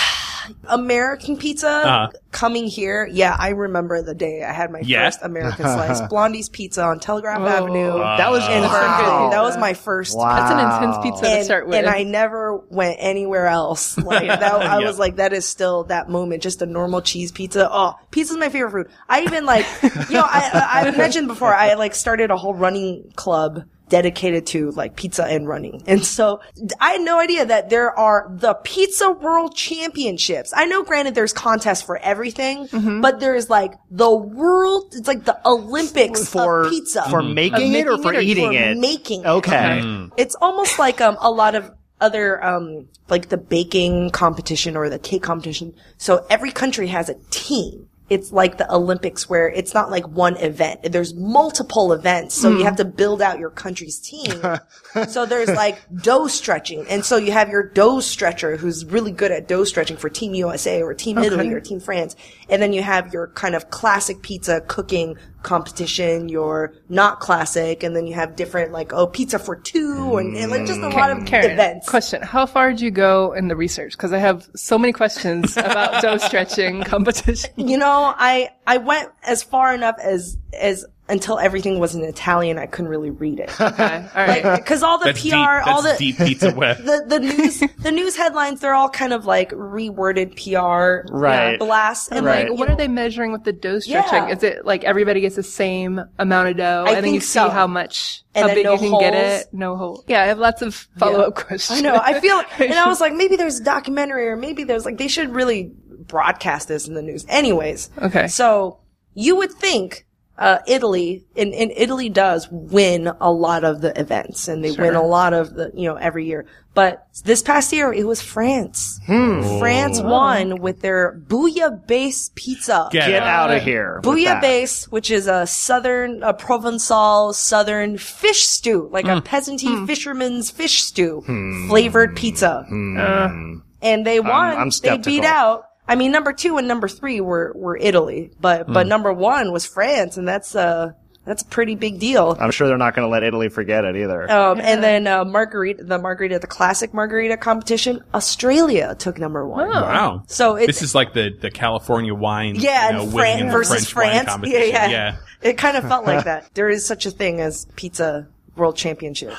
[SPEAKER 2] American pizza
[SPEAKER 5] Uh-huh.
[SPEAKER 2] coming here. Yeah, I remember the day I had my
[SPEAKER 5] Yeah.
[SPEAKER 2] first American slice. Blondie's Pizza on Telegraph
[SPEAKER 4] Oh.
[SPEAKER 2] Avenue.
[SPEAKER 3] that was
[SPEAKER 2] in Berkeley.
[SPEAKER 3] wow.
[SPEAKER 2] That was my first.
[SPEAKER 4] That's an intense pizza to
[SPEAKER 2] Oh. And,
[SPEAKER 4] start with.
[SPEAKER 2] and I never went anywhere else. Like that, I
[SPEAKER 5] Yeah.
[SPEAKER 2] was like, that is still that moment. Just a normal cheese pizza. Oh, pizza's my favorite food. I even like, you know, I, I I've mentioned before. I like started a whole running club dedicated to like pizza and running. And so d- I had no idea that there are the pizza world championships. I know granted there's contests for everything,
[SPEAKER 3] Mm-hmm.
[SPEAKER 2] but there's like the world, it's like the Olympics
[SPEAKER 3] for
[SPEAKER 2] of pizza.
[SPEAKER 3] for
[SPEAKER 5] Mm-hmm.
[SPEAKER 3] making it or
[SPEAKER 4] making
[SPEAKER 3] for
[SPEAKER 4] it or
[SPEAKER 3] eating
[SPEAKER 2] for
[SPEAKER 3] it.
[SPEAKER 2] making it.
[SPEAKER 3] okay.
[SPEAKER 2] It's almost like um, a lot of other um, like the baking competition or the cake competition. So every country has a team. It's like the Olympics where it's not like one event. There's multiple events, so you have to build out your country's team. so there's like dough stretching, and so you have your dough stretcher who's really good at dough stretching for Team USA or Team Italy or Team France, and then you have your kind of classic pizza cooking competition, your not classic, and then you have different like oh pizza for two and, and like
[SPEAKER 5] Mm.
[SPEAKER 2] just a lot of
[SPEAKER 4] Karen,
[SPEAKER 2] events.
[SPEAKER 4] question. How far did you go in the research? Because I have so many questions about dough stretching competition.
[SPEAKER 2] You know, I I went as far enough as as until everything was in Italian, I couldn't really read it.
[SPEAKER 4] Okay. All right.
[SPEAKER 2] Because all the
[SPEAKER 5] That's
[SPEAKER 2] PR,
[SPEAKER 5] deep. That's
[SPEAKER 2] all the
[SPEAKER 5] deep pizza web.
[SPEAKER 2] the the news the news headlines they're all kind of like reworded PR
[SPEAKER 3] Right.
[SPEAKER 2] blasts and
[SPEAKER 3] Right.
[SPEAKER 2] like
[SPEAKER 4] What are they measuring with the dough stretching?
[SPEAKER 2] Yeah.
[SPEAKER 4] Is it like everybody gets the same amount of dough,
[SPEAKER 2] I
[SPEAKER 4] and then you
[SPEAKER 2] think
[SPEAKER 4] see
[SPEAKER 2] so.
[SPEAKER 4] how much,
[SPEAKER 2] And
[SPEAKER 4] how
[SPEAKER 2] then
[SPEAKER 4] big
[SPEAKER 2] no
[SPEAKER 4] you can get
[SPEAKER 2] holes.
[SPEAKER 4] it? No hole. Yeah, I have lots of follow up questions.
[SPEAKER 2] I know I feel and I was like maybe there's a documentary or maybe there's like they should really broadcast this in the news anyways
[SPEAKER 4] Okay.
[SPEAKER 2] so you would think uh, Italy and, and Italy does win a lot of the events and they win a lot of the you know every year but this past year it was France
[SPEAKER 3] Hmm.
[SPEAKER 2] France won with their bouillabaisse pizza
[SPEAKER 3] Get out of here. with that.
[SPEAKER 2] bouillabaisse, which is a southern, a Provençal southern fish stew, like a peasantry fisherman's fish stew, flavored pizza. And they won.
[SPEAKER 3] Hmm. I'm
[SPEAKER 2] they beat
[SPEAKER 3] skeptical.
[SPEAKER 2] out. I mean, number two and number three were were Italy, but
[SPEAKER 3] Hmm.
[SPEAKER 2] but number one was France, and that's a that's a pretty big deal.
[SPEAKER 3] I'm sure they're not going to let Italy forget it either.
[SPEAKER 2] Um, and then uh, margarita, the margarita, the classic margarita competition, Australia took number one.
[SPEAKER 5] Wow.
[SPEAKER 2] So it-
[SPEAKER 5] this is like the, the California wine.
[SPEAKER 2] Yeah,
[SPEAKER 5] you know,
[SPEAKER 2] and
[SPEAKER 5] winning
[SPEAKER 2] Fran-
[SPEAKER 5] in the
[SPEAKER 2] versus
[SPEAKER 5] French wine
[SPEAKER 2] France. Yeah,
[SPEAKER 5] competition.
[SPEAKER 2] yeah.
[SPEAKER 5] yeah.
[SPEAKER 2] It kind of felt like that. There is such a thing as pizza world championships.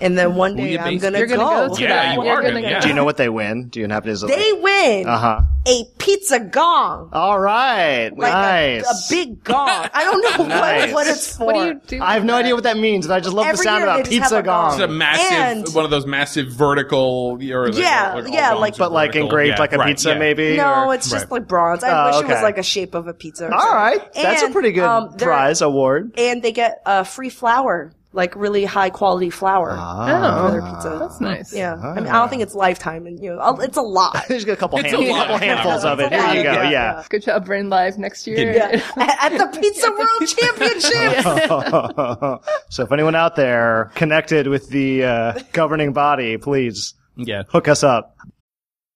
[SPEAKER 2] And then one day I'm
[SPEAKER 5] Bouillabaisse.
[SPEAKER 2] going to
[SPEAKER 4] You're
[SPEAKER 2] go.
[SPEAKER 4] gonna go to
[SPEAKER 5] Yeah,
[SPEAKER 4] that.
[SPEAKER 5] you
[SPEAKER 4] You're
[SPEAKER 5] are
[SPEAKER 4] gonna
[SPEAKER 5] gonna- Uh-huh.
[SPEAKER 4] go-
[SPEAKER 5] yeah.
[SPEAKER 3] Do you know what they win? Do you happen to?
[SPEAKER 2] They win
[SPEAKER 3] Uh huh.
[SPEAKER 2] a pizza gong.
[SPEAKER 3] All right.
[SPEAKER 2] Like a-
[SPEAKER 3] nice.
[SPEAKER 2] a, big gong. I don't know
[SPEAKER 3] Nice.
[SPEAKER 2] what, what it's for.
[SPEAKER 4] What do you do?
[SPEAKER 3] I have no idea what that means, but I just love
[SPEAKER 2] Every
[SPEAKER 3] the sound
[SPEAKER 2] year
[SPEAKER 3] of that
[SPEAKER 2] they just have
[SPEAKER 3] pizza
[SPEAKER 2] a gong.
[SPEAKER 3] gong.
[SPEAKER 5] It's a massive,
[SPEAKER 2] And-
[SPEAKER 5] one of those massive vertical. Or like-
[SPEAKER 2] Yeah,
[SPEAKER 5] all
[SPEAKER 2] yeah,
[SPEAKER 5] domes
[SPEAKER 2] like-
[SPEAKER 5] are
[SPEAKER 3] but like
[SPEAKER 5] vertical.
[SPEAKER 3] engraved
[SPEAKER 5] Yeah,
[SPEAKER 3] like a
[SPEAKER 5] right,
[SPEAKER 3] pizza,
[SPEAKER 5] yeah.
[SPEAKER 3] maybe.
[SPEAKER 2] No,
[SPEAKER 3] or-
[SPEAKER 2] it's just
[SPEAKER 5] Right.
[SPEAKER 2] like bronze. I
[SPEAKER 3] Oh,
[SPEAKER 2] wish it was
[SPEAKER 3] okay.
[SPEAKER 2] like a shape of a pizza. or
[SPEAKER 3] all
[SPEAKER 2] something.
[SPEAKER 3] right. That's a
[SPEAKER 2] And,
[SPEAKER 3] pretty good
[SPEAKER 2] um, they're-
[SPEAKER 3] prize award.
[SPEAKER 2] And they get uh, free flour, like really high quality flour
[SPEAKER 5] Ah.
[SPEAKER 4] Oh.
[SPEAKER 2] for their pizza.
[SPEAKER 4] That's nice.
[SPEAKER 2] Yeah, I mean, I don't think it's lifetime, and you know, I'll- it's a lot.
[SPEAKER 3] There's a couple,
[SPEAKER 5] It's a
[SPEAKER 3] hand-
[SPEAKER 5] lot.
[SPEAKER 3] couple handfuls of it.
[SPEAKER 2] Yeah,
[SPEAKER 3] Here you go.
[SPEAKER 2] yeah,
[SPEAKER 3] Yeah.
[SPEAKER 4] Good job, Brain Live next year.
[SPEAKER 2] Yeah. At the Pizza World Championship.
[SPEAKER 3] so if anyone out there connected with the uh, governing body, please
[SPEAKER 5] Yeah.
[SPEAKER 3] hook us up.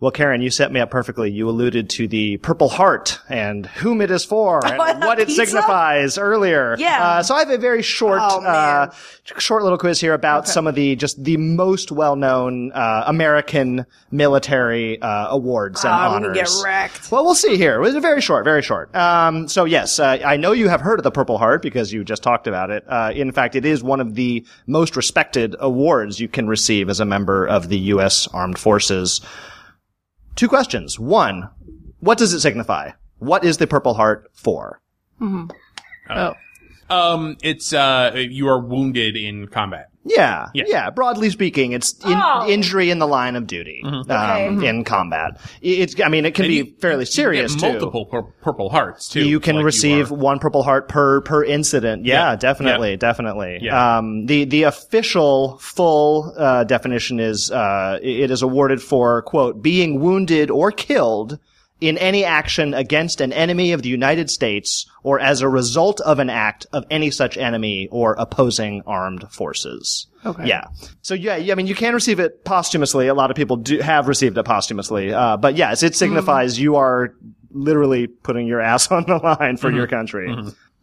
[SPEAKER 3] Well, Karen, you set me up perfectly. You alluded to the Purple Heart and whom it is for and what it
[SPEAKER 2] Pizza?
[SPEAKER 3] signifies earlier.
[SPEAKER 2] Yeah.
[SPEAKER 3] Uh, so I have a very short,
[SPEAKER 2] Oh, man.
[SPEAKER 3] uh, short little quiz here about some of the just the most well-known uh, American military uh, awards and
[SPEAKER 2] I'm gonna
[SPEAKER 3] honors.
[SPEAKER 2] get wrecked.
[SPEAKER 3] Well, we'll see here. It was very short, very short. Um, so yes, uh, I know you have heard of the Purple Heart because you just talked about it. Uh, in fact, it is one of the most respected awards you can receive as a member of the U.S. Armed Forces. Two questions. One, what does it signify? What is the Purple Heart for?
[SPEAKER 4] Oh.
[SPEAKER 5] Um, it's, uh, you are wounded in combat.
[SPEAKER 3] Yeah,
[SPEAKER 5] Yeah.
[SPEAKER 3] yeah. Broadly speaking, it's in,
[SPEAKER 2] Oh.
[SPEAKER 3] injury in the line of duty um, in combat. It's, I mean, it can
[SPEAKER 5] And
[SPEAKER 3] be
[SPEAKER 5] Mm-hmm. you-
[SPEAKER 3] fairly serious
[SPEAKER 5] you
[SPEAKER 3] too.
[SPEAKER 5] get multiple pur- purple hearts too.
[SPEAKER 3] You can
[SPEAKER 5] Like
[SPEAKER 3] receive
[SPEAKER 5] are-
[SPEAKER 3] one Purple Heart per per incident. Yeah,
[SPEAKER 5] Yeah.
[SPEAKER 3] definitely, definitely.
[SPEAKER 5] Yeah.
[SPEAKER 3] Um, the the official full uh, definition is uh, it is awarded for quote being wounded or killed in any action against an enemy of the United States or as a result of an act of any such enemy or opposing armed forces. Okay. Yeah. So yeah, yeah, I mean, you can receive it posthumously. A lot of people do have received it posthumously. Uh, but yes, it signifies you are literally putting your ass on the line for your country.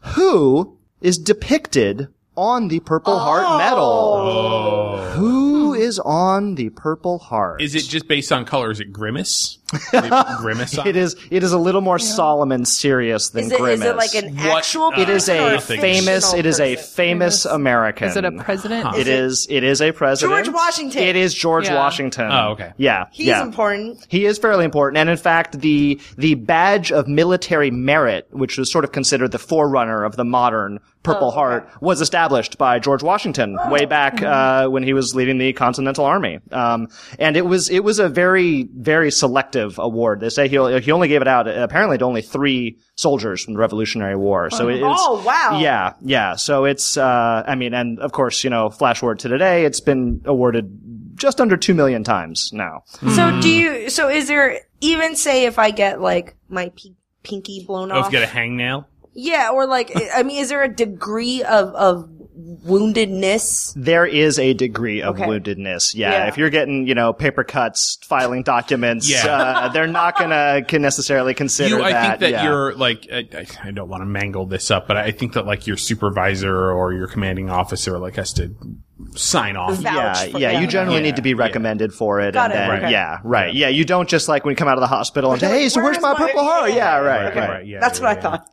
[SPEAKER 3] Who is depicted on the Purple Heart
[SPEAKER 5] Oh.
[SPEAKER 3] medal? Who is on the Purple Heart?
[SPEAKER 5] Is it just based on color? Is it grimace? They put grimace. On?
[SPEAKER 3] It is. It is a little more solemn and serious than
[SPEAKER 2] Is it,
[SPEAKER 3] Grimace.
[SPEAKER 2] is it like an
[SPEAKER 5] What?
[SPEAKER 2] actual?
[SPEAKER 5] It
[SPEAKER 3] It is
[SPEAKER 2] person or
[SPEAKER 3] a
[SPEAKER 5] Nothing.
[SPEAKER 3] famous.
[SPEAKER 2] fictional
[SPEAKER 3] It is a
[SPEAKER 2] person?
[SPEAKER 3] famous American.
[SPEAKER 4] Is it a president?
[SPEAKER 3] It is. It is a president.
[SPEAKER 2] George Washington.
[SPEAKER 3] It is George
[SPEAKER 4] Yeah.
[SPEAKER 3] Washington.
[SPEAKER 5] Oh, okay.
[SPEAKER 3] Yeah.
[SPEAKER 2] He's
[SPEAKER 3] yeah.
[SPEAKER 2] important.
[SPEAKER 3] He is fairly important, and in fact, the the badge of military merit, which was sort of considered the forerunner of the modern Purple
[SPEAKER 2] Oh,
[SPEAKER 3] Heart, was established by George Washington way back
[SPEAKER 2] Mm-hmm.
[SPEAKER 3] uh, when he was leading the Continental Army. Um, and it was it was a very very selective award. They say he he only gave it out uh, apparently to only three soldiers from the Revolutionary War. So it is
[SPEAKER 2] Oh, wow.
[SPEAKER 3] yeah yeah. So it's uh, I mean, and of course you know, flash forward to today, it's been awarded just under two million times now.
[SPEAKER 2] So do you? So is there even say if I get like my p- pinky blown
[SPEAKER 5] Oh, if
[SPEAKER 2] off?
[SPEAKER 5] you got a hangnail.
[SPEAKER 2] Yeah, or like, I- I mean, is there a degree of of woundedness?
[SPEAKER 3] There is a degree of
[SPEAKER 2] Okay.
[SPEAKER 3] woundedness. Yeah,
[SPEAKER 2] Yeah.
[SPEAKER 3] If you're getting, you know, paper cuts, filing documents,
[SPEAKER 5] Yeah.
[SPEAKER 3] uh, they're not gonna can necessarily consider
[SPEAKER 5] you,
[SPEAKER 3] that.
[SPEAKER 5] I think that
[SPEAKER 3] yeah.
[SPEAKER 5] you're like, I, I- I don't want to mangle this up, but I think that like your supervisor or your commanding officer like has to sign off.
[SPEAKER 3] yeah,
[SPEAKER 2] Ouch.
[SPEAKER 3] yeah, you generally
[SPEAKER 5] Yeah,
[SPEAKER 3] need to be
[SPEAKER 5] yeah.
[SPEAKER 3] recommended for it,
[SPEAKER 2] Got
[SPEAKER 3] and
[SPEAKER 2] it,
[SPEAKER 3] then
[SPEAKER 2] okay.
[SPEAKER 3] yeah, right, yeah. You don't just like when you come out of the hospital and say, "Hey, so
[SPEAKER 2] Where's
[SPEAKER 3] where's my
[SPEAKER 2] my-
[SPEAKER 3] purple heart?" Yeah, right,
[SPEAKER 5] Right,
[SPEAKER 3] right.
[SPEAKER 5] right, yeah,
[SPEAKER 2] That's
[SPEAKER 5] yeah,
[SPEAKER 2] what I
[SPEAKER 5] yeah.
[SPEAKER 2] thought.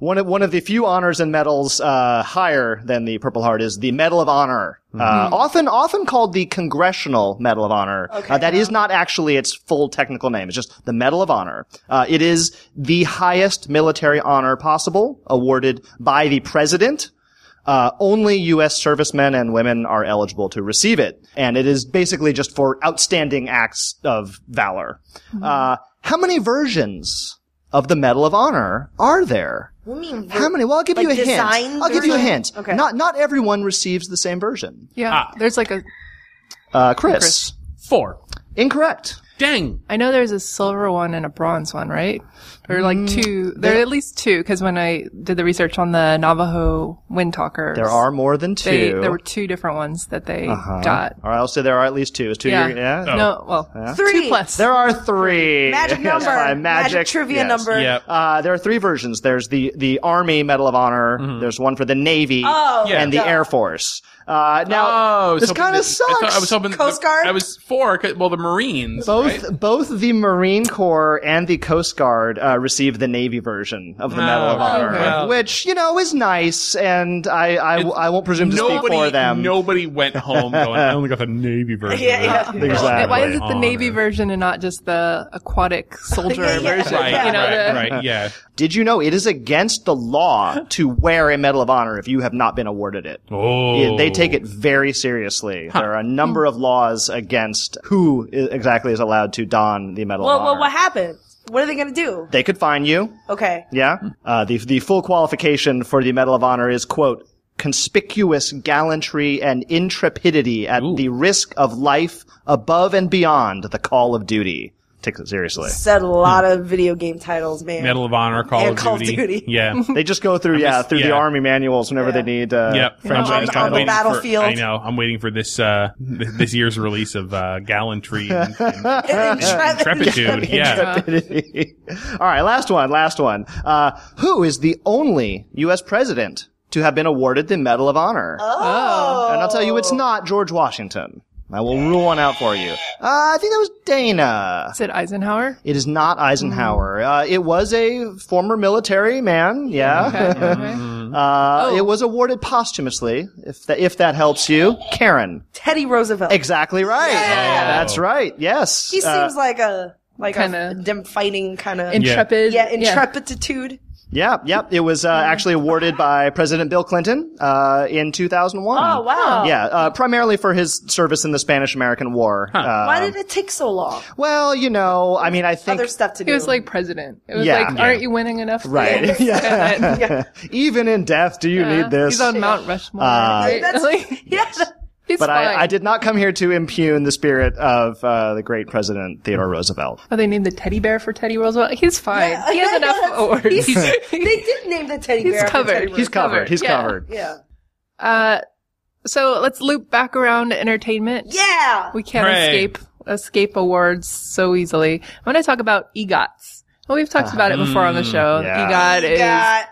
[SPEAKER 3] One of one of the few honors and medals uh, higher than the Purple Heart is the Medal of Honor, uh, often often called the Congressional Medal of Honor. Uh, that is not actually its full technical name; it's just the Medal of Honor. Uh, it is the highest military honor possible, awarded by the president. Uh, only U.S. servicemen and women are eligible to receive it, and it is basically just for outstanding acts of valor. Uh, how many versions of the Medal of Honor are there? How many? Well, I'll give
[SPEAKER 2] like
[SPEAKER 3] you a hint.
[SPEAKER 2] designs
[SPEAKER 3] I'll
[SPEAKER 2] or
[SPEAKER 3] give you a
[SPEAKER 2] something?
[SPEAKER 3] hint.
[SPEAKER 2] Okay.
[SPEAKER 3] Not not everyone receives the same version.
[SPEAKER 4] Yeah. There's like a.
[SPEAKER 3] Uh, Chris,
[SPEAKER 5] Four.
[SPEAKER 3] incorrect.
[SPEAKER 5] Dang.
[SPEAKER 4] I know there's a silver one and a bronze one, right? Or like
[SPEAKER 3] Mm,
[SPEAKER 4] two. There are at least two because when I did the research on the Navajo wind talkers,
[SPEAKER 3] There are more than two.
[SPEAKER 4] They, there were two different ones that they got.
[SPEAKER 3] All right, I'll say there are at least two. Is two?
[SPEAKER 4] Yeah.
[SPEAKER 3] your- yeah?
[SPEAKER 4] No, well,
[SPEAKER 2] Three.
[SPEAKER 4] two plus.
[SPEAKER 3] There are three.
[SPEAKER 2] Magic
[SPEAKER 3] Yes,
[SPEAKER 2] number.
[SPEAKER 3] by magic,
[SPEAKER 2] trivia
[SPEAKER 3] yes.
[SPEAKER 2] number.
[SPEAKER 5] Yep.
[SPEAKER 3] Uh, there are three versions. There's the, the Army Medal of Honor.
[SPEAKER 5] Mm-hmm.
[SPEAKER 3] There's one for the Navy
[SPEAKER 5] Yeah.
[SPEAKER 3] and the Air Force. Uh, now
[SPEAKER 5] oh,
[SPEAKER 3] this
[SPEAKER 5] so-
[SPEAKER 3] kind
[SPEAKER 5] I
[SPEAKER 3] of
[SPEAKER 5] thought-
[SPEAKER 3] sucks.
[SPEAKER 5] I, was hoping
[SPEAKER 2] Coast Guard?
[SPEAKER 5] I was four. 'cause- Well, the Marines.
[SPEAKER 3] both both the Marine Corps and the Coast Guard uh, received the Navy version of the Medal of
[SPEAKER 5] Oh,
[SPEAKER 3] Honor,
[SPEAKER 5] well.
[SPEAKER 3] which you know is nice, and I I, I won't presume to speak
[SPEAKER 5] Nobody,
[SPEAKER 3] for them.
[SPEAKER 5] nobody went home going, I only got the Navy version.
[SPEAKER 2] Yeah, yeah.
[SPEAKER 3] Exactly.
[SPEAKER 4] Why is it the
[SPEAKER 5] Honor.
[SPEAKER 4] Navy version and not just the aquatic soldier
[SPEAKER 2] Yeah, yeah.
[SPEAKER 4] version?
[SPEAKER 5] Right,
[SPEAKER 4] You know, the-
[SPEAKER 5] right, right, yeah.
[SPEAKER 3] Did you know it is against the law to wear a Medal of Honor if you have not been awarded it?
[SPEAKER 5] Oh.
[SPEAKER 3] Yeah, They take it very seriously. There are a number of laws against who i- exactly is allowed to don the Medal
[SPEAKER 2] Well,
[SPEAKER 3] of Honor.
[SPEAKER 2] well, what happened? What are they gonna do?
[SPEAKER 3] they could fine you.
[SPEAKER 2] Okay.
[SPEAKER 3] Yeah.
[SPEAKER 5] Hmm.
[SPEAKER 3] Uh, the the full qualification for the Medal of Honor is quote conspicuous gallantry and intrepidity at the risk of life above and beyond the call of duty. Takes it seriously.
[SPEAKER 2] Said a lot of video game titles, man.
[SPEAKER 5] Medal of Honor, Call,
[SPEAKER 2] And
[SPEAKER 5] of,
[SPEAKER 2] Call of
[SPEAKER 5] Duty.
[SPEAKER 2] Duty.
[SPEAKER 5] Yeah.
[SPEAKER 3] They just go through yeah through the
[SPEAKER 5] yeah.
[SPEAKER 3] army manuals whenever they need. Uh,
[SPEAKER 5] Yep.
[SPEAKER 3] Franchise
[SPEAKER 2] on the
[SPEAKER 3] titles.
[SPEAKER 2] battlefield.
[SPEAKER 5] For, I know. I'm waiting for this uh, th- this year's release of uh, Gallantry and, and Intrepitude. Yeah.
[SPEAKER 3] All right, last one, last one. Uh, who is the only U.S. president to have been awarded the Medal of Honor?
[SPEAKER 4] Oh.
[SPEAKER 3] And I'll tell you, it's not George Washington. I will rule one out for you. Uh, I think that was Dana.
[SPEAKER 4] Is it Eisenhower?
[SPEAKER 3] It is not Eisenhower.
[SPEAKER 2] Mm.
[SPEAKER 3] Uh, it was a former military man. Yeah. Uh,
[SPEAKER 2] Oh.
[SPEAKER 3] It was awarded posthumously, if that, if that helps you. Karen.
[SPEAKER 2] Teddy Roosevelt.
[SPEAKER 3] Exactly right.
[SPEAKER 5] Oh.
[SPEAKER 3] That's right. Yes.
[SPEAKER 2] He
[SPEAKER 3] Uh,
[SPEAKER 2] seems like a like a
[SPEAKER 4] Kinda-
[SPEAKER 2] dem fighting kind of
[SPEAKER 4] Intrepid.
[SPEAKER 2] yeah intrepiditude.
[SPEAKER 3] yeah. Yep. It was uh,
[SPEAKER 2] Mm.
[SPEAKER 3] actually awarded by President Bill Clinton uh, in 2001.
[SPEAKER 2] Oh wow!
[SPEAKER 3] Yeah, uh, primarily for his service in the Spanish-American War. Uh,
[SPEAKER 2] Why did it take so long?
[SPEAKER 3] well, you know, I mean, I think
[SPEAKER 2] Other stuff to do.
[SPEAKER 4] He was like president. It was
[SPEAKER 3] Yeah.
[SPEAKER 4] like, aren't you winning enough?
[SPEAKER 3] Right.
[SPEAKER 4] things?
[SPEAKER 3] Yeah.
[SPEAKER 4] And then-
[SPEAKER 3] even in death, do you need this?
[SPEAKER 4] He's on Mount Rushmore. right?
[SPEAKER 2] That's-
[SPEAKER 4] Like,
[SPEAKER 2] yeah,
[SPEAKER 4] he's
[SPEAKER 3] uh, But
[SPEAKER 4] fine.
[SPEAKER 3] I, I did not come here to impugn the spirit of uh, the great President Theodore Roosevelt.
[SPEAKER 4] Oh, they named the teddy bear for Teddy Roosevelt. He's fine. He has enough awards.
[SPEAKER 2] He's- they did name the teddy
[SPEAKER 4] He's
[SPEAKER 2] bear. after
[SPEAKER 4] covered.
[SPEAKER 2] Teddy
[SPEAKER 3] He's covered. He's
[SPEAKER 4] Yeah.
[SPEAKER 3] covered.
[SPEAKER 2] Yeah.
[SPEAKER 4] Uh, so let's loop back around to entertainment.
[SPEAKER 2] Yeah.
[SPEAKER 4] We can't
[SPEAKER 5] Hooray.
[SPEAKER 4] escape escape awards so easily. I'm going to talk about E EGOTs. Well, we've talked about it
[SPEAKER 5] Uh-huh.
[SPEAKER 4] before
[SPEAKER 5] Mm,
[SPEAKER 4] on the show. E
[SPEAKER 3] yeah.
[SPEAKER 4] EGOT is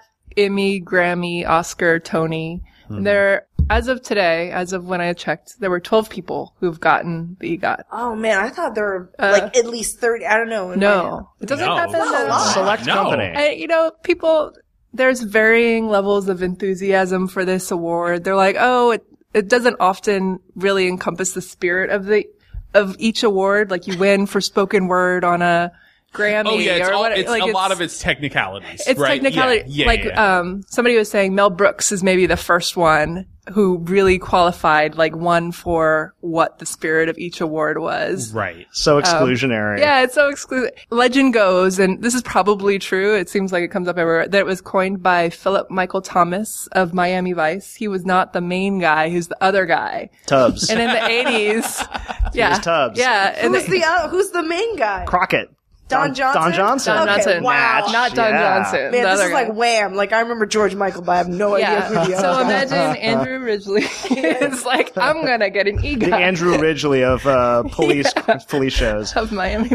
[SPEAKER 4] Emmy, Grammy, Oscar, Tony.
[SPEAKER 5] Mm-hmm.
[SPEAKER 4] There, as of today, as of when I checked, there were 12 people who've gotten the E EGOT.
[SPEAKER 2] Oh man, I thought there were like at least thirty. I don't know.
[SPEAKER 4] Uh, No, it doesn't
[SPEAKER 5] No.
[SPEAKER 4] happen.
[SPEAKER 5] Not
[SPEAKER 4] that
[SPEAKER 2] a lot.
[SPEAKER 4] often.
[SPEAKER 3] Select
[SPEAKER 5] No.
[SPEAKER 3] company.
[SPEAKER 4] I, you know, people, there's varying levels of enthusiasm for this award. They're like, oh, it, it doesn't often really encompass the spirit of the, of each award. Like you win for spoken word on a Grammy
[SPEAKER 5] Oh yeah, it's,
[SPEAKER 4] or
[SPEAKER 5] all,
[SPEAKER 4] what,
[SPEAKER 5] it's
[SPEAKER 4] like
[SPEAKER 5] a lot of it's technicalities.
[SPEAKER 4] It's
[SPEAKER 5] right?
[SPEAKER 4] technicality.
[SPEAKER 5] Yeah, yeah,
[SPEAKER 4] like,
[SPEAKER 5] yeah.
[SPEAKER 4] um, somebody was saying Mel Brooks is maybe the first one who really qualified, like one for what the spirit of each award was.
[SPEAKER 5] right.
[SPEAKER 3] So exclusionary.
[SPEAKER 4] Oh. Yeah, it's so exclusive. Legend goes, and this is probably true. It seems like it comes up everywhere that it was coined by Philip Michael Thomas of Miami Vice. He was not the main guy; he's the other guy.
[SPEAKER 3] Tubbs.
[SPEAKER 4] And in the eighties, yeah,
[SPEAKER 3] Tubbs.
[SPEAKER 4] yeah, and
[SPEAKER 2] Who's the uh, Who's the main guy?
[SPEAKER 3] Crockett.
[SPEAKER 2] Don Johnson?
[SPEAKER 3] Don Johnson.
[SPEAKER 4] Don
[SPEAKER 2] Okay,
[SPEAKER 4] Johnson.
[SPEAKER 2] wow.
[SPEAKER 4] Not Don
[SPEAKER 3] Yeah.
[SPEAKER 4] Johnson.
[SPEAKER 2] Man,
[SPEAKER 4] the
[SPEAKER 2] this
[SPEAKER 4] other
[SPEAKER 2] is like
[SPEAKER 4] guy.
[SPEAKER 2] wham. Like I remember George Michael, but I have no idea who the
[SPEAKER 4] Yeah. So
[SPEAKER 2] other guy is.
[SPEAKER 4] imagine Andrew Ridgely is like, I'm gonna get an EGOT.
[SPEAKER 3] The Andrew Ridgely of uh, police police shows.
[SPEAKER 4] of Miami.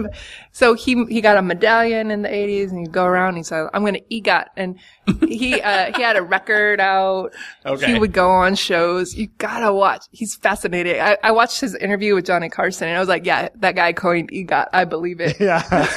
[SPEAKER 4] So he he got a medallion in the 80s and he'd go around and he said, I'm going to EGOT. And he, uh, he had a record out.
[SPEAKER 5] Okay.
[SPEAKER 4] He would go on shows. You gotta watch. He's fascinating. I, I watched his interview with Johnny Carson and I was like, yeah, that guy coined EGOT. I believe it.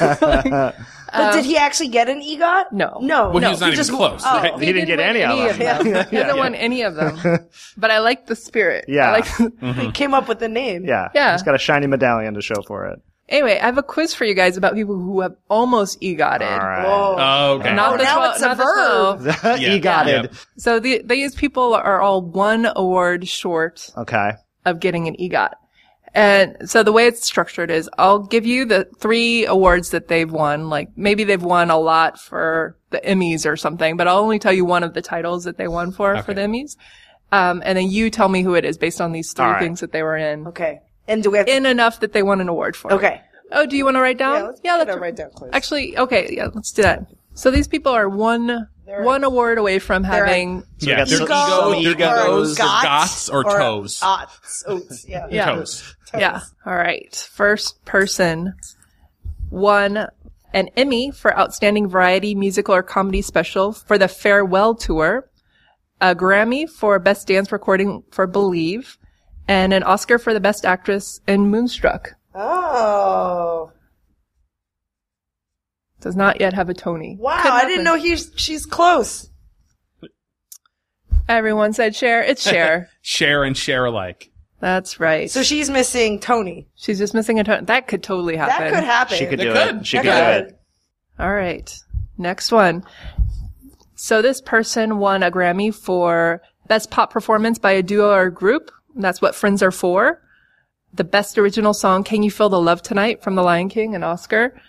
[SPEAKER 2] But did he actually get an EGOT?
[SPEAKER 4] No.
[SPEAKER 2] No.
[SPEAKER 5] Well,
[SPEAKER 2] no.
[SPEAKER 5] he was not even close.
[SPEAKER 2] oh.
[SPEAKER 5] right?
[SPEAKER 3] He didn't get
[SPEAKER 4] win
[SPEAKER 3] any of them.
[SPEAKER 4] them. He hasn't won any of them. But I like the spirit.
[SPEAKER 3] Yeah.
[SPEAKER 4] I like,
[SPEAKER 2] He came up with the name.
[SPEAKER 3] Yeah.
[SPEAKER 4] Yeah.
[SPEAKER 3] He's got a shiny medallion to show for it.
[SPEAKER 4] anyway, I have a quiz for you guys about people who have almost EGOTed.
[SPEAKER 3] All right.
[SPEAKER 2] Whoa.
[SPEAKER 5] Oh, okay.
[SPEAKER 4] Not the
[SPEAKER 2] now
[SPEAKER 4] 12
[SPEAKER 2] it's a
[SPEAKER 4] not the
[SPEAKER 2] verb.
[SPEAKER 4] 12.
[SPEAKER 3] he got it.
[SPEAKER 4] So the, these people are all one award short
[SPEAKER 3] Okay.
[SPEAKER 4] of getting an EGOT. And so the way it's structured is I'll give you the three awards that they've won. Like maybe they've won a lot for the Emmys or something, but I'll only tell you one of the titles that they won for, for the Emmys. Um, and then you tell me who it is based on these three
[SPEAKER 3] All right.
[SPEAKER 4] things that they were in.
[SPEAKER 2] Okay. And do we have to?
[SPEAKER 4] In enough that they won an award for. it.
[SPEAKER 2] okay.
[SPEAKER 4] Oh, do you want to write down?
[SPEAKER 2] Yeah, let's put that right down, please.
[SPEAKER 4] Actually, okay, yeah, let's do that. So these people are one, one award away from having
[SPEAKER 3] we
[SPEAKER 5] Yeah,
[SPEAKER 3] got
[SPEAKER 5] their
[SPEAKER 3] some-
[SPEAKER 5] ego,
[SPEAKER 3] some
[SPEAKER 5] their
[SPEAKER 3] egos.
[SPEAKER 5] egos, or
[SPEAKER 2] gots
[SPEAKER 5] gots, or toes.
[SPEAKER 2] Ots. Oats. uh, Yeah.
[SPEAKER 4] Yeah.
[SPEAKER 5] Toes.
[SPEAKER 4] Yeah. All right. First person won an Emmy for Outstanding Variety Musical or Comedy Special for the Farewell Tour, a Grammy for Best Dance Recording for Believe, and an Oscar for the Best Actress in Moonstruck.
[SPEAKER 2] Oh.
[SPEAKER 4] Does not yet have a Tony.
[SPEAKER 2] Wow.
[SPEAKER 4] Could
[SPEAKER 2] I didn't
[SPEAKER 4] happen.
[SPEAKER 2] know he's, she's close.
[SPEAKER 4] Everyone said Cher. It's Cher.
[SPEAKER 5] Share and share alike.
[SPEAKER 4] That's right.
[SPEAKER 2] So she's missing Tony.
[SPEAKER 4] She's just missing a Tony. That could totally
[SPEAKER 2] That
[SPEAKER 4] happen.
[SPEAKER 2] could happen.
[SPEAKER 3] She could
[SPEAKER 5] It
[SPEAKER 3] do
[SPEAKER 5] could.
[SPEAKER 3] it. She
[SPEAKER 5] It
[SPEAKER 3] could do it.
[SPEAKER 4] All right. Next one. So this person won a Grammy for Best Pop Performance by a Duo or Group. That's what Friends Are For. The Best Original Song, Can You Feel the Love Tonight from The Lion King, an Oscar.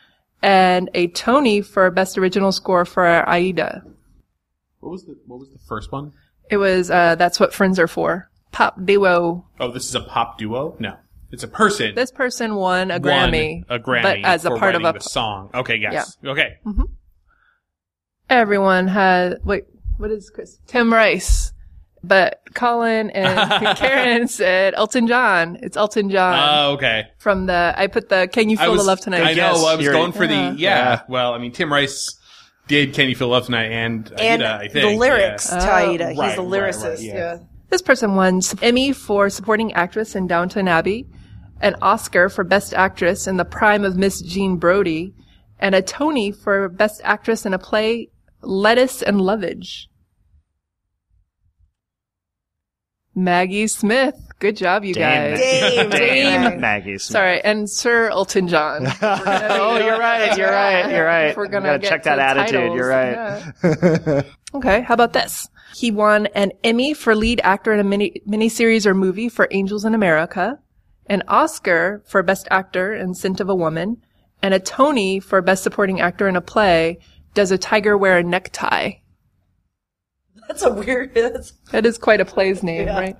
[SPEAKER 4] And a Tony for Best Original Score for Aida.
[SPEAKER 5] What was the What was the first one?
[SPEAKER 4] It was, uh, That's What Friends Are For. Pop Duo.
[SPEAKER 5] Oh, this is a pop duo. No, it's a person.
[SPEAKER 4] This person won a
[SPEAKER 5] One,
[SPEAKER 4] Grammy.
[SPEAKER 5] a Grammy,
[SPEAKER 4] But as a
[SPEAKER 5] for
[SPEAKER 4] part of
[SPEAKER 5] writing
[SPEAKER 4] a,
[SPEAKER 5] the song. Okay, yes, okay.
[SPEAKER 4] everyone has wait what is chris tim rice but colin and karen said elton john it's elton john
[SPEAKER 5] Oh, okay.
[SPEAKER 4] from the i put the can you feel the love tonight
[SPEAKER 5] I know. I was
[SPEAKER 3] You're-
[SPEAKER 5] going for the yeah.
[SPEAKER 4] Yeah.
[SPEAKER 5] Well, I mean, Tim Rice did "Can You Feel Love Tonight" and Aida,
[SPEAKER 2] And
[SPEAKER 5] I think
[SPEAKER 2] the lyrics
[SPEAKER 5] Yeah.
[SPEAKER 2] to Aida. He's
[SPEAKER 5] right,
[SPEAKER 2] the
[SPEAKER 5] right,
[SPEAKER 2] lyricist.
[SPEAKER 5] right, yeah.
[SPEAKER 2] yeah.
[SPEAKER 4] this person won s- emmy for supporting actress in downton abbey an oscar for best actress in the prime of miss jean brody and a tony for best actress in a play lettuce and lovage maggie smith good job you
[SPEAKER 3] Damn,
[SPEAKER 4] guys
[SPEAKER 2] Dame.
[SPEAKER 4] Dame.
[SPEAKER 3] Maggie Smith.
[SPEAKER 4] Sorry, and Sir Elton John.
[SPEAKER 3] Oh, you're right. You're right. You're right.
[SPEAKER 4] If we're
[SPEAKER 3] You
[SPEAKER 4] gonna
[SPEAKER 3] gotta
[SPEAKER 4] get
[SPEAKER 3] check
[SPEAKER 4] to
[SPEAKER 3] that attitude.
[SPEAKER 4] titles,
[SPEAKER 3] You're right.
[SPEAKER 4] yeah. okay, how about this? He won an Emmy for lead actor in a mini miniseries or movie for Angels in America, an Oscar for Best Actor in Scent of a Woman, and a Tony for Best Supporting Actor in a Play. Does a tiger wear a necktie?
[SPEAKER 2] That's a weird. That's,
[SPEAKER 4] That is quite a play's name, right?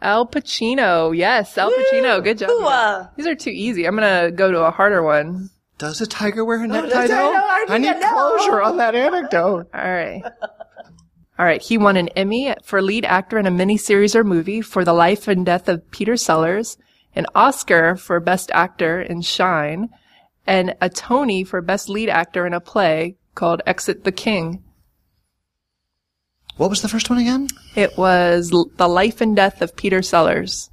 [SPEAKER 4] Al Pacino. Yes, Al Pacino. Good job.
[SPEAKER 2] Hoo-ah.
[SPEAKER 4] These are too easy. I'm going to go to a harder one.
[SPEAKER 3] Does a tiger wear a necktie?
[SPEAKER 2] I know, I
[SPEAKER 3] I need
[SPEAKER 2] didn't know.
[SPEAKER 3] closure on that anecdote.
[SPEAKER 4] All right. All right. He won an Emmy for lead actor in a miniseries or movie for The Life and Death of Peter Sellers, an Oscar for Best Actor in Shine, and a Tony for Best Lead Actor in a play called Exit the King.
[SPEAKER 3] What was the first one again?
[SPEAKER 4] It was L- The Life and Death of Peter Sellers.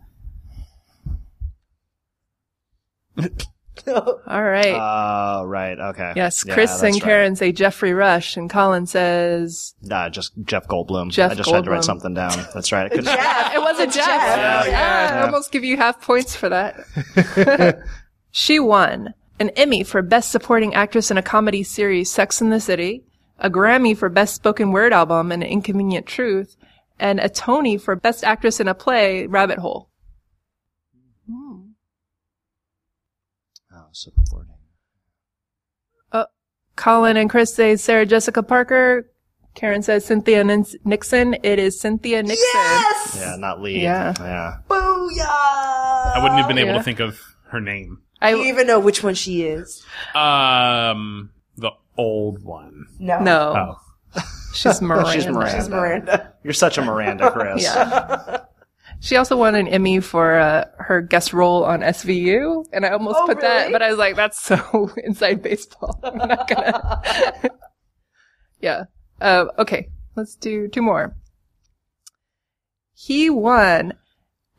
[SPEAKER 4] All right.
[SPEAKER 3] Uh, right. Okay.
[SPEAKER 4] yes,
[SPEAKER 3] Yeah,
[SPEAKER 4] Chris
[SPEAKER 3] that's
[SPEAKER 4] and
[SPEAKER 3] right.
[SPEAKER 4] Karen say Jeffrey Rush, and Colin says
[SPEAKER 3] Nah, just Jeff Goldblum.
[SPEAKER 4] Jeff
[SPEAKER 3] I just had to
[SPEAKER 4] Goldblum.
[SPEAKER 3] write something down. That's right. I couldn't-
[SPEAKER 4] it was a Jeff. Yeah, I almost give you half points for that. she won an Emmy for Best Supporting Actress in a Comedy Series, Sex in the City, a Grammy for Best Spoken Word Album, and Inconvenient Truth, and a Tony for Best Actress in a Play, Rabbit Hole.
[SPEAKER 3] Oh, supporting.
[SPEAKER 4] Colin and Chris say Sarah Jessica Parker. Karen says Cynthia Nin- Nixon. It is Cynthia Nixon.
[SPEAKER 2] yes.
[SPEAKER 3] Yeah, not lead.
[SPEAKER 4] Yeah.
[SPEAKER 3] Yeah.
[SPEAKER 2] Booyah.
[SPEAKER 5] I wouldn't have been able
[SPEAKER 4] Yeah.
[SPEAKER 5] to think of her name.
[SPEAKER 4] I
[SPEAKER 2] You even know which one she is.
[SPEAKER 5] Um, the old one.
[SPEAKER 2] No.
[SPEAKER 5] Oh.
[SPEAKER 4] no. Oh. She's Miranda.
[SPEAKER 3] She's Miranda.
[SPEAKER 2] It's Miranda.
[SPEAKER 3] You're such a Miranda, Chris.
[SPEAKER 4] Yeah. She also won an Emmy for uh, her guest role on SVU, and I almost
[SPEAKER 2] Oh,
[SPEAKER 4] put that,
[SPEAKER 2] really?
[SPEAKER 4] but I was like, "That's so inside baseball." I'm not gonna. yeah. Uh, okay. Let's do two more. He won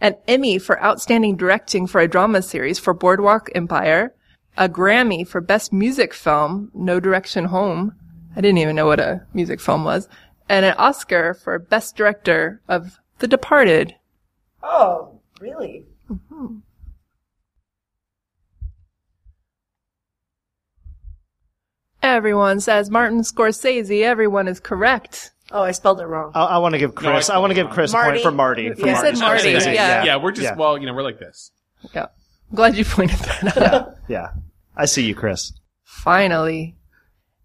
[SPEAKER 4] an Emmy for Outstanding Directing for a Drama Series for Boardwalk Empire, a Grammy for Best Music Film, No Direction Home. I didn't even know what a music film was, and an Oscar for Best Director of The Departed.
[SPEAKER 2] Oh, really?
[SPEAKER 4] Everyone says Martin Scorsese. Everyone is correct.
[SPEAKER 2] Oh, I spelled it wrong.
[SPEAKER 3] I, I want to give Chris.
[SPEAKER 5] No, I-
[SPEAKER 3] I, want to give Chris a
[SPEAKER 2] Marty.
[SPEAKER 3] point for Marty. For
[SPEAKER 4] You
[SPEAKER 3] Marty.
[SPEAKER 4] said Marty,
[SPEAKER 5] Scorsese.
[SPEAKER 4] yeah.
[SPEAKER 5] yeah, we're just
[SPEAKER 3] Yeah.
[SPEAKER 5] well, you know, we're like this.
[SPEAKER 4] Yeah. I'm glad you pointed that out.
[SPEAKER 3] Yeah, I see you, Chris.
[SPEAKER 4] Finally,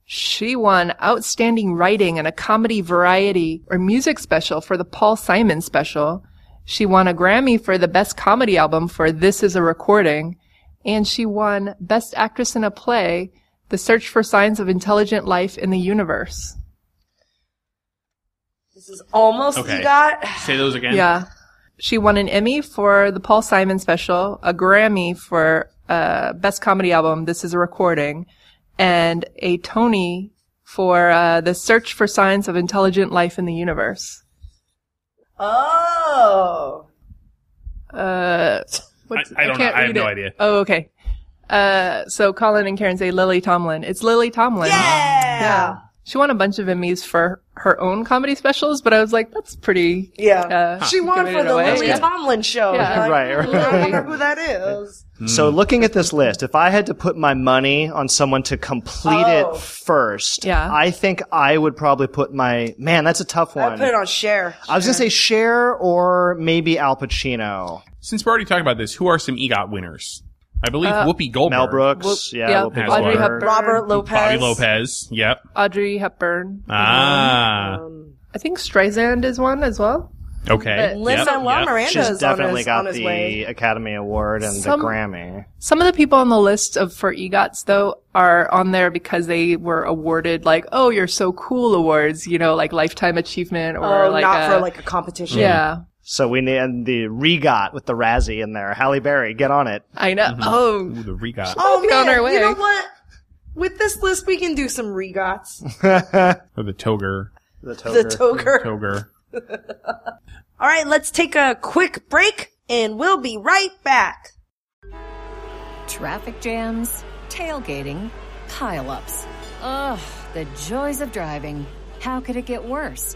[SPEAKER 4] she won Outstanding Writing in a Comedy Variety or Music Special for the Paul Simon Special. She won a Grammy for the Best Comedy Album for This Is a Recording. And she won Best Actress in a Play, The Search for Signs of Intelligent Life in the Universe.
[SPEAKER 2] This is almost
[SPEAKER 5] Okay.
[SPEAKER 2] you got.
[SPEAKER 5] Say those again.
[SPEAKER 4] Yeah. She won an Emmy for the Paul Simon special, a Grammy for uh, Best Comedy Album, This Is a Recording, and a Tony for uh, The Search for Signs of Intelligent Life in the Universe.
[SPEAKER 2] Oh.
[SPEAKER 4] Uh, what's-
[SPEAKER 5] I, I don't know.
[SPEAKER 4] can't
[SPEAKER 5] I have
[SPEAKER 4] read
[SPEAKER 5] no
[SPEAKER 4] it.
[SPEAKER 5] idea.
[SPEAKER 4] Oh, okay. Uh, so Colin and Karen say Lily Tomlin. It's Lily Tomlin.
[SPEAKER 2] Yeah.
[SPEAKER 4] She won a bunch of Emmys for her own comedy specials, but I was like, that's pretty.
[SPEAKER 2] Yeah.
[SPEAKER 4] Uh,
[SPEAKER 2] She won
[SPEAKER 4] giving
[SPEAKER 2] for
[SPEAKER 4] it
[SPEAKER 2] the
[SPEAKER 4] away.
[SPEAKER 2] Lily
[SPEAKER 4] Yeah.
[SPEAKER 2] Tomlin show.
[SPEAKER 4] Yeah.
[SPEAKER 2] Like,
[SPEAKER 3] Right,
[SPEAKER 2] hmm, I wonder who that is.
[SPEAKER 3] So looking at this list, if I had to put my money on someone to complete
[SPEAKER 2] Oh.
[SPEAKER 3] it first,
[SPEAKER 4] Yeah.
[SPEAKER 3] I think I would probably put my man. That's a tough
[SPEAKER 2] I
[SPEAKER 3] one.
[SPEAKER 2] put it on share.
[SPEAKER 3] I was gonna say Cher or maybe Al Pacino,
[SPEAKER 5] Since we're already talking about this, who are some EGOT winners? I believe
[SPEAKER 4] Uh,
[SPEAKER 5] Whoopi Goldberg,
[SPEAKER 3] Mel Brooks,
[SPEAKER 4] Whoop-
[SPEAKER 3] yeah,
[SPEAKER 4] yeah,
[SPEAKER 3] Whoopi
[SPEAKER 5] Audrey
[SPEAKER 3] Goldberg.
[SPEAKER 4] Hepburn.
[SPEAKER 2] Robert Lopez.
[SPEAKER 5] Bobby Lopez. Yep.
[SPEAKER 4] Audrey Hepburn.
[SPEAKER 5] Ah.
[SPEAKER 4] I think Streisand is one as well.
[SPEAKER 5] okay.
[SPEAKER 4] but
[SPEAKER 2] Listen,
[SPEAKER 5] Yep,
[SPEAKER 2] Juan
[SPEAKER 5] yep.
[SPEAKER 2] Miranda's
[SPEAKER 3] She's definitely
[SPEAKER 2] on his,
[SPEAKER 3] got
[SPEAKER 2] on his
[SPEAKER 3] the
[SPEAKER 2] way.
[SPEAKER 3] Academy Award and
[SPEAKER 4] Some-
[SPEAKER 3] the Grammy.
[SPEAKER 4] Some of the people on the list of for E EGOTs though are on there because they were awarded like, oh, you're so cool awards, you know, like lifetime achievement or
[SPEAKER 2] Oh,
[SPEAKER 4] like
[SPEAKER 2] not
[SPEAKER 4] a-
[SPEAKER 2] for like a competition.
[SPEAKER 4] yeah.
[SPEAKER 3] So we need and the regot with the Razzie in there. Halle Berry, get on it.
[SPEAKER 4] I know.
[SPEAKER 5] Ooh,
[SPEAKER 4] Oh,
[SPEAKER 5] the regot.
[SPEAKER 2] Oh
[SPEAKER 4] Be on
[SPEAKER 2] man,
[SPEAKER 4] our way.
[SPEAKER 2] you know what? With this list, we can do some regots.
[SPEAKER 5] Or the toger.
[SPEAKER 2] the
[SPEAKER 3] The toker.
[SPEAKER 2] toker.
[SPEAKER 5] Toger.
[SPEAKER 2] All right, let's take a quick break, and we'll be right back.
[SPEAKER 7] Traffic jams, tailgating, pileups. Ugh, the joys of driving. How could it get worse?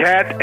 [SPEAKER 8] Cat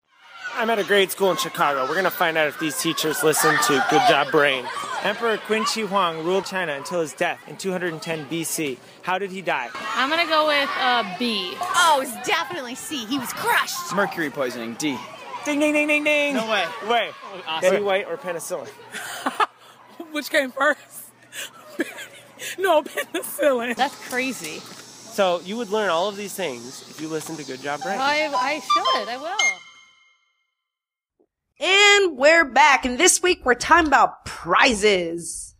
[SPEAKER 9] I'm at a grade school in Chicago. We're going to find out if these teachers listen to Good Job Brain. Emperor Qin Shi Huang ruled China until his death in 210 BC. How did he die?
[SPEAKER 10] I'm gonna go with uh, B. Oh, it's definitely C. He was crushed.
[SPEAKER 9] Mercury poisoning, D. Ding, ding, ding, ding, ding. No way. Way. Betty White or penicillin?
[SPEAKER 10] Which came first? no, penicillin. That's crazy.
[SPEAKER 9] So you would learn all of these things if you listen to Good Job Brain.
[SPEAKER 10] I, I should. I will.
[SPEAKER 2] And we're back. And this week we're talking about prizes.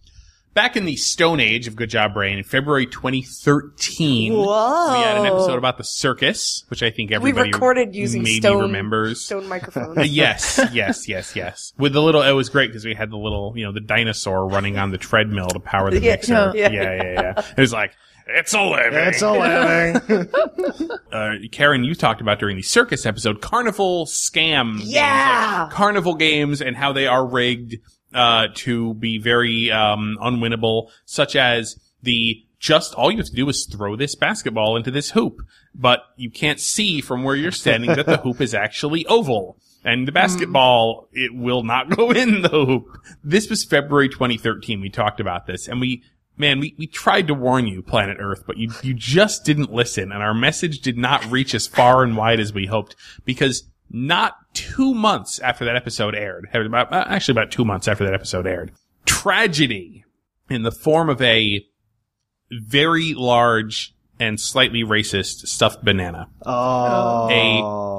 [SPEAKER 5] Back in the Stone Age of Good Job Brain, in February 2013,
[SPEAKER 2] Whoa.
[SPEAKER 5] we had an episode about the circus, which I think everybody
[SPEAKER 2] we recorded using
[SPEAKER 5] maybe
[SPEAKER 2] stone
[SPEAKER 5] remembers.
[SPEAKER 2] stone microphones.
[SPEAKER 5] yes, yes, yes, yes. With the little, it was great because we had the little, you know, the dinosaur running on the treadmill to power the
[SPEAKER 2] Yeah,
[SPEAKER 5] mixer.
[SPEAKER 2] yeah.
[SPEAKER 5] Yeah, yeah, yeah. It was like, it's a living.
[SPEAKER 3] It's a living.
[SPEAKER 5] uh, Karen, you talked about during the circus episode, carnival scam. games,
[SPEAKER 2] Yeah.
[SPEAKER 5] like carnival games and how they are rigged uh, to be very um, unwinnable, such as the just all you have to do is throw this basketball into this hoop, but you can't see from where you're standing that the hoop is actually oval. And the basketball, it will not go in the hoop. This was February 2013. We talked about this and we Man, we, we tried to warn you, planet Earth, but you, you just didn't listen, and our message did not reach as far and wide as we hoped because not two months after that episode aired, about, uh, actually about two months after that episode aired, tragedy in the form of a very large and slightly racist stuffed banana.
[SPEAKER 3] Oh.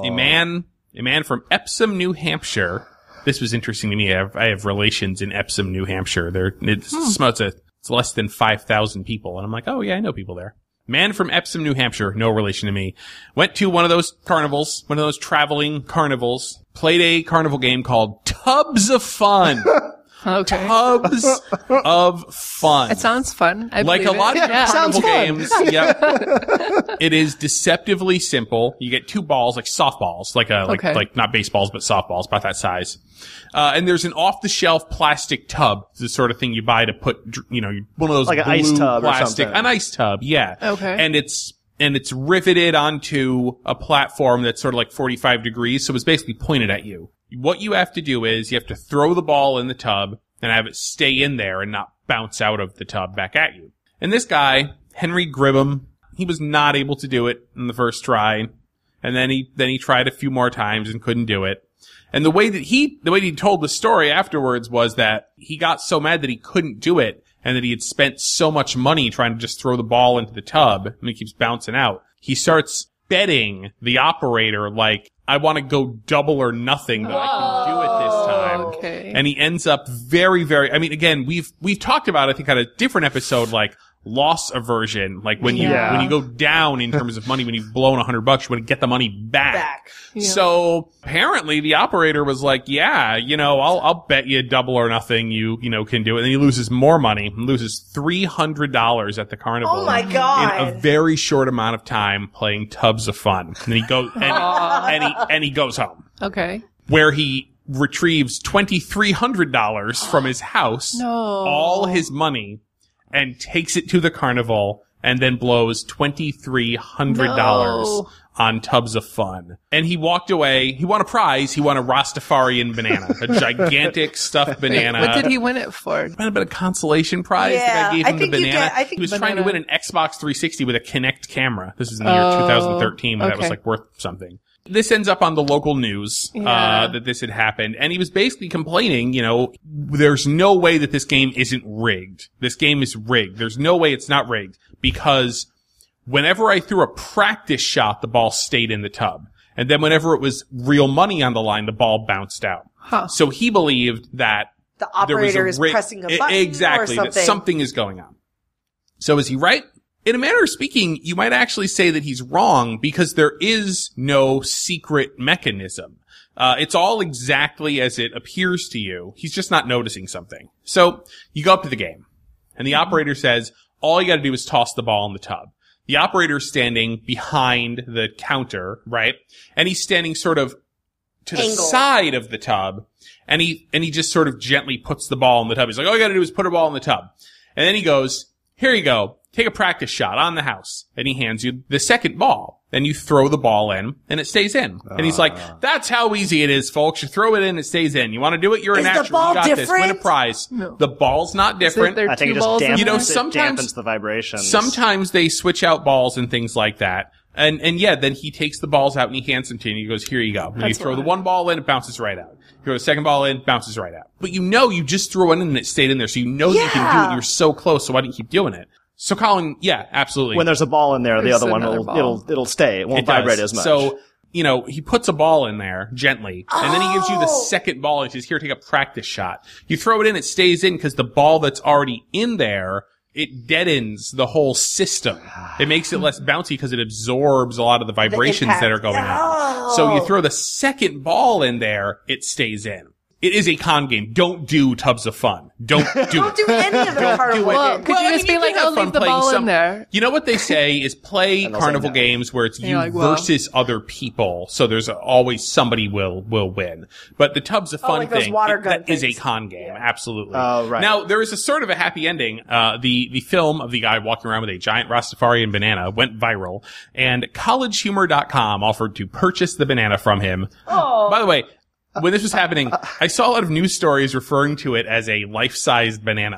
[SPEAKER 5] A, a man, a man from Epsom, New Hampshire. This was interesting to me. I have, I have relations in Epsom, New Hampshire. There, it's,
[SPEAKER 4] Hmm.
[SPEAKER 5] sm- it's, a, it's less than 5,000 people. And I'm like, oh yeah, I know people there. Man from Epsom, New Hampshire, no relation to me, went to one of those carnivals, one of those traveling carnivals, played a carnival game called Tubs of Fun.
[SPEAKER 4] Okay.
[SPEAKER 5] Tubs of Fun
[SPEAKER 4] It sounds fun. I
[SPEAKER 5] like a
[SPEAKER 4] believe it.
[SPEAKER 5] lot of
[SPEAKER 4] Yeah.
[SPEAKER 5] carnival games. yep. It is deceptively simple. You get two balls, like softballs, like a like
[SPEAKER 4] Okay.
[SPEAKER 5] like not baseballs, but softballs, about that size. Uh, and there's an off-the-shelf plastic tub, the sort of thing you buy to put, dr- you know, one of those
[SPEAKER 3] Like an
[SPEAKER 5] blue
[SPEAKER 3] ice tub or
[SPEAKER 5] plastic,
[SPEAKER 3] something.
[SPEAKER 5] an ice tub, yeah.
[SPEAKER 4] Okay.
[SPEAKER 5] And it's and it's riveted onto a platform that's sort of like 45 degrees, so it's basically pointed at you. What you have to do is you have to throw the ball in the tub and have it stay in there and not bounce out of the tub back at you. And this guy, Henry Gribham, he was not able to do it in the first try, and then he then he tried a few more times and couldn't do it. And the way that he, the way he told the story afterwards was that he got so mad that he couldn't do it and that he had spent so much money trying to just throw the ball into the tub and it keeps bouncing out. He starts betting the operator like, I want to go double or nothing that I can do it this time.
[SPEAKER 4] Okay.
[SPEAKER 5] And he ends up very, very, I mean, again, we've, we've talked about, I think on a different episode, like, loss aversion like when you
[SPEAKER 3] Yeah.
[SPEAKER 5] when you go down in terms of money when you've blown 100 bucks you want to get the money
[SPEAKER 2] Back.
[SPEAKER 5] so apparently the operator was like, yeah, you know, I'll, I'll bet you double or nothing you, you know, can do it. And he loses more money, loses $300 at the carnival.
[SPEAKER 2] Oh my
[SPEAKER 5] in-
[SPEAKER 2] God.
[SPEAKER 5] In a very short amount of time playing tubs of fun. And he goes, and, and he, and he goes home
[SPEAKER 4] Okay.
[SPEAKER 5] where he retrieves $2,300 from his house,
[SPEAKER 4] No.
[SPEAKER 5] all his money, and takes it to the carnival and then blows $2,300
[SPEAKER 4] No.
[SPEAKER 5] on tubs of fun. And he walked away. He won a prize. He won a Rastafarian banana, a gigantic stuffed banana.
[SPEAKER 4] What did he win it for?
[SPEAKER 5] Might have been a consolation prize.
[SPEAKER 2] Yeah,
[SPEAKER 5] that I gave
[SPEAKER 2] I
[SPEAKER 5] him the
[SPEAKER 2] think you
[SPEAKER 5] banana.
[SPEAKER 2] did. I think
[SPEAKER 5] he was trying
[SPEAKER 4] banana.
[SPEAKER 5] to win an Xbox 360 with a Kinect camera. This is in the year
[SPEAKER 4] Oh,
[SPEAKER 5] 2013 when that was
[SPEAKER 4] okay.
[SPEAKER 5] like worth something. This ends up on the local news
[SPEAKER 4] Yeah.
[SPEAKER 5] uh, that this had happened, and he was basically complaining. You know, there's no way that this game isn't rigged. This game is rigged. There's no way it's not rigged because whenever I threw a practice shot, the ball stayed in the tub. And then whenever it was real money on the line, the ball bounced out. So he believed that
[SPEAKER 2] The
[SPEAKER 5] there was
[SPEAKER 2] operator is
[SPEAKER 5] rig-
[SPEAKER 2] pressing
[SPEAKER 5] e-
[SPEAKER 2] a button
[SPEAKER 5] exactly,
[SPEAKER 2] or
[SPEAKER 5] that
[SPEAKER 2] something.
[SPEAKER 5] something is going on. So is he right? In a manner of speaking, you might actually say that he's wrong because there is no secret mechanism. Uh, it's all exactly as it appears to you. He's just not noticing something. So you go up to the game
[SPEAKER 2] Mm-hmm.
[SPEAKER 5] and the operator says, all you got to do is toss the ball in the tub. The operator is standing behind the counter, right? And he's standing sort of to the
[SPEAKER 2] Angle.
[SPEAKER 5] side of the tub and he, and he just sort of gently puts the ball in the tub. He's like, all you got to do is put a ball in the tub. And then he goes, here you go. Take a practice shot on the house. And he hands you the second ball. Then you throw the ball in and it stays in. And he's like, that's how easy it is, folks. You throw it in, it stays in. You want to do it? You're a
[SPEAKER 2] Is the
[SPEAKER 5] natural.
[SPEAKER 2] ball
[SPEAKER 5] you got this. Win a
[SPEAKER 2] different?
[SPEAKER 5] prize. The ball's not different.
[SPEAKER 4] there
[SPEAKER 3] I think
[SPEAKER 4] two
[SPEAKER 3] it just
[SPEAKER 4] balls in
[SPEAKER 3] dampens,
[SPEAKER 5] You know,
[SPEAKER 3] it
[SPEAKER 5] sometimes-
[SPEAKER 3] dampens the vibrations.
[SPEAKER 5] Sometimes they switch out balls and things like that. And and yeah, then he takes the balls out and he hands them to you and he goes, Here you go. And you
[SPEAKER 4] That's
[SPEAKER 5] throw
[SPEAKER 4] what
[SPEAKER 5] the
[SPEAKER 4] I-
[SPEAKER 5] one ball in, it bounces right out. You throw the second ball in, bounces right out. But you know you just threw one in and it stayed in there, so you know that you can do
[SPEAKER 2] Yeah.
[SPEAKER 5] it. You're so close, so why do you keep doing it? So Colin, yeah, absolutely.
[SPEAKER 3] when there's a ball in there, the
[SPEAKER 4] There's
[SPEAKER 3] other one
[SPEAKER 4] another
[SPEAKER 3] will
[SPEAKER 4] ball.
[SPEAKER 3] it'll it'll stay. It won't
[SPEAKER 5] It does.
[SPEAKER 3] vibrate as much.
[SPEAKER 5] So you know, he puts a ball in there gently, and then he gives you the second ball. He says, "Here, take a practice shot." You throw it in, it stays in because the ball that's already in there it deadens the whole system. It makes it less bouncy because it absorbs a lot of the vibrations that
[SPEAKER 11] impact.
[SPEAKER 5] are going on. So you throw the second ball in there, it stays in. It is a con game. Don't do tubs of fun. Don't do it.
[SPEAKER 2] do any of the carnival
[SPEAKER 4] Well,
[SPEAKER 2] games.
[SPEAKER 4] could you just be like,
[SPEAKER 5] have
[SPEAKER 4] "Oh,
[SPEAKER 5] fun
[SPEAKER 4] leave the
[SPEAKER 5] playing
[SPEAKER 4] ball
[SPEAKER 5] some-
[SPEAKER 4] in there"?
[SPEAKER 5] You know what they say is play carnival games where it's
[SPEAKER 4] And
[SPEAKER 5] you
[SPEAKER 4] you're like, "Well."
[SPEAKER 5] versus other people. So there's always somebody will will win. But the tubs of
[SPEAKER 2] Oh,
[SPEAKER 5] fun
[SPEAKER 2] like those
[SPEAKER 5] thing
[SPEAKER 2] water
[SPEAKER 5] it-
[SPEAKER 2] gun
[SPEAKER 5] that is a
[SPEAKER 2] things.
[SPEAKER 5] con game. Absolutely.
[SPEAKER 3] Oh, right.
[SPEAKER 5] Now there is a sort of a happy ending. Uh, the the film of the guy walking around with a giant Rastafarian banana went viral, and collegehumor.com offered to purchase the banana from him.
[SPEAKER 2] Oh.
[SPEAKER 5] By the way. When this was happening, I saw a lot of news stories referring to it as a life-sized banana.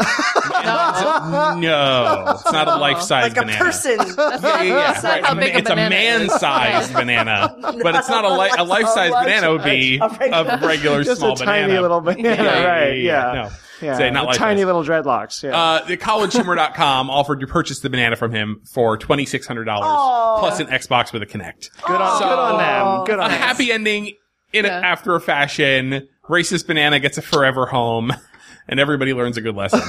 [SPEAKER 5] No, it's not a life-size
[SPEAKER 2] like a
[SPEAKER 5] banana.
[SPEAKER 2] person.
[SPEAKER 5] Yeah, yeah, yeah. Right.
[SPEAKER 2] How
[SPEAKER 5] It's
[SPEAKER 2] big
[SPEAKER 5] a-
[SPEAKER 2] a
[SPEAKER 5] it's a
[SPEAKER 2] banana is.
[SPEAKER 5] man-sized banana, but it's not a, li- a life-size
[SPEAKER 2] A
[SPEAKER 5] banana would be
[SPEAKER 2] large- a
[SPEAKER 5] a regular
[SPEAKER 3] Just
[SPEAKER 5] small
[SPEAKER 3] a tiny
[SPEAKER 5] banana.
[SPEAKER 3] little banana, right, yeah.
[SPEAKER 5] No.
[SPEAKER 3] Yeah,
[SPEAKER 5] Say, not
[SPEAKER 3] the
[SPEAKER 5] like
[SPEAKER 3] tiny little dreadlocks. Yeah.
[SPEAKER 5] uh, the collegehumor.com offered to purchase the banana from him for twenty six hundred dollars plus an Xbox with a Kinect.
[SPEAKER 3] good on,
[SPEAKER 5] So-
[SPEAKER 3] good on them. Good
[SPEAKER 5] a
[SPEAKER 3] on them.
[SPEAKER 5] happy ending in a, after a fashion. Racist banana gets a forever home, and everybody learns a good lesson.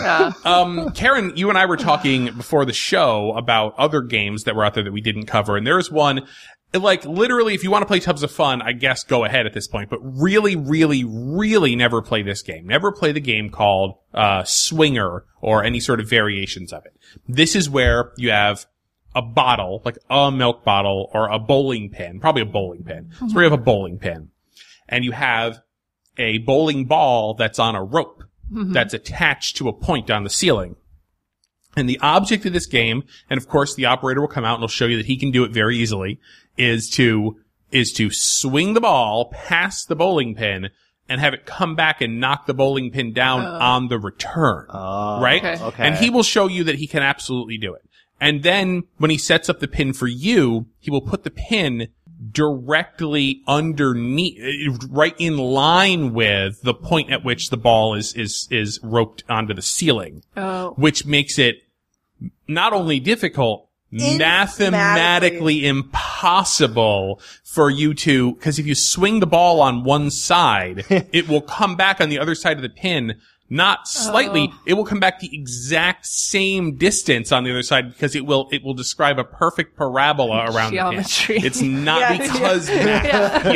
[SPEAKER 5] Um, Karen, you and I were talking before the show about other games that were out there that we didn't cover, and there is one. Like literally, if you want to play Tubs of Fun, I guess go ahead at this point. But really, really, really, never play this game. Never play the game called uh, Swinger or any sort of variations of it. This is where you have a bottle, like a milk bottle or a bowling pin, probably a bowling pin. So we have a bowling pin and you have a bowling ball that's on a rope
[SPEAKER 11] Mhm.
[SPEAKER 5] that's attached to a point on the ceiling. And the object of this game, and of course the operator will come out and will show you that he can do it very easily, is to, is to swing the ball past the bowling pin and have it come back and knock the bowling pin down on the return. right?
[SPEAKER 11] okay. Okay.
[SPEAKER 5] And he will show you that he can absolutely do it. And then when he sets up the pin for you, he will put the pin directly underneath, eh, right in line with the point at which the ball is, is, is roped onto the ceiling,
[SPEAKER 4] Oh.
[SPEAKER 5] which makes it not only difficult, mathematically impossible for you to, because if you swing the ball on one side, it will come back on the other side of the pin, not slightly,
[SPEAKER 4] Oh.
[SPEAKER 5] it will come back the exact same distance on the other side because it will, it will describe a perfect parabola around the
[SPEAKER 4] Geometry.
[SPEAKER 5] pin. It's not
[SPEAKER 4] Yeah,
[SPEAKER 5] because
[SPEAKER 4] yeah.
[SPEAKER 5] math.
[SPEAKER 4] Yeah.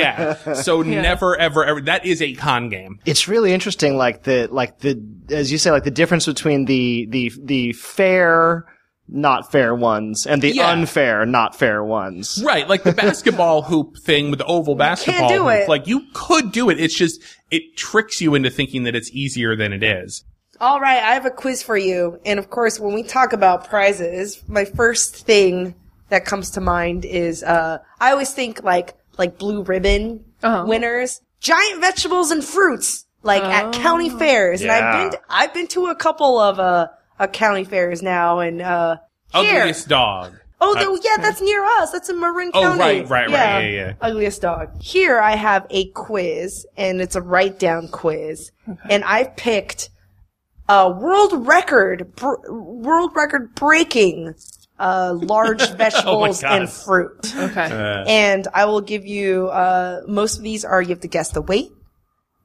[SPEAKER 5] Yeah. So
[SPEAKER 4] Yeah.
[SPEAKER 5] never, ever, ever, that is a con game.
[SPEAKER 3] it's really interesting like the like the as you say like the difference between the the the fair not fair ones and the
[SPEAKER 5] Yeah.
[SPEAKER 3] unfair not fair ones
[SPEAKER 5] Right, like the basketball hoop thing with the oval basketball
[SPEAKER 3] do
[SPEAKER 5] hoop.
[SPEAKER 3] it.
[SPEAKER 5] Like you could do it. It's just it tricks you into thinking that it's easier than it is.
[SPEAKER 2] All right, I have a quiz for you. And of course, when we talk about prizes, my first thing that comes to mind is uh, I always think like like blue ribbon winners, giant vegetables and fruits like at county fairs. And
[SPEAKER 5] Yeah.
[SPEAKER 2] I've been to, I've been to a couple of uh, uh county fairs now and uh here.
[SPEAKER 5] Ugliest dog.
[SPEAKER 2] Oh,
[SPEAKER 5] Uh,
[SPEAKER 2] no, yeah, that's near us. That's in Marin
[SPEAKER 5] Oh,
[SPEAKER 2] County.
[SPEAKER 5] right, right, right, yeah, yeah.
[SPEAKER 2] Ugliest dog. Here I have a quiz, and it's a write down quiz, and I picked a world record, br- world record breaking uh, large
[SPEAKER 5] Oh
[SPEAKER 2] vegetables
[SPEAKER 11] God.
[SPEAKER 2] and fruit.
[SPEAKER 4] Okay.
[SPEAKER 11] Uh.
[SPEAKER 2] And I will give you uh, most of these are you have to guess the weight,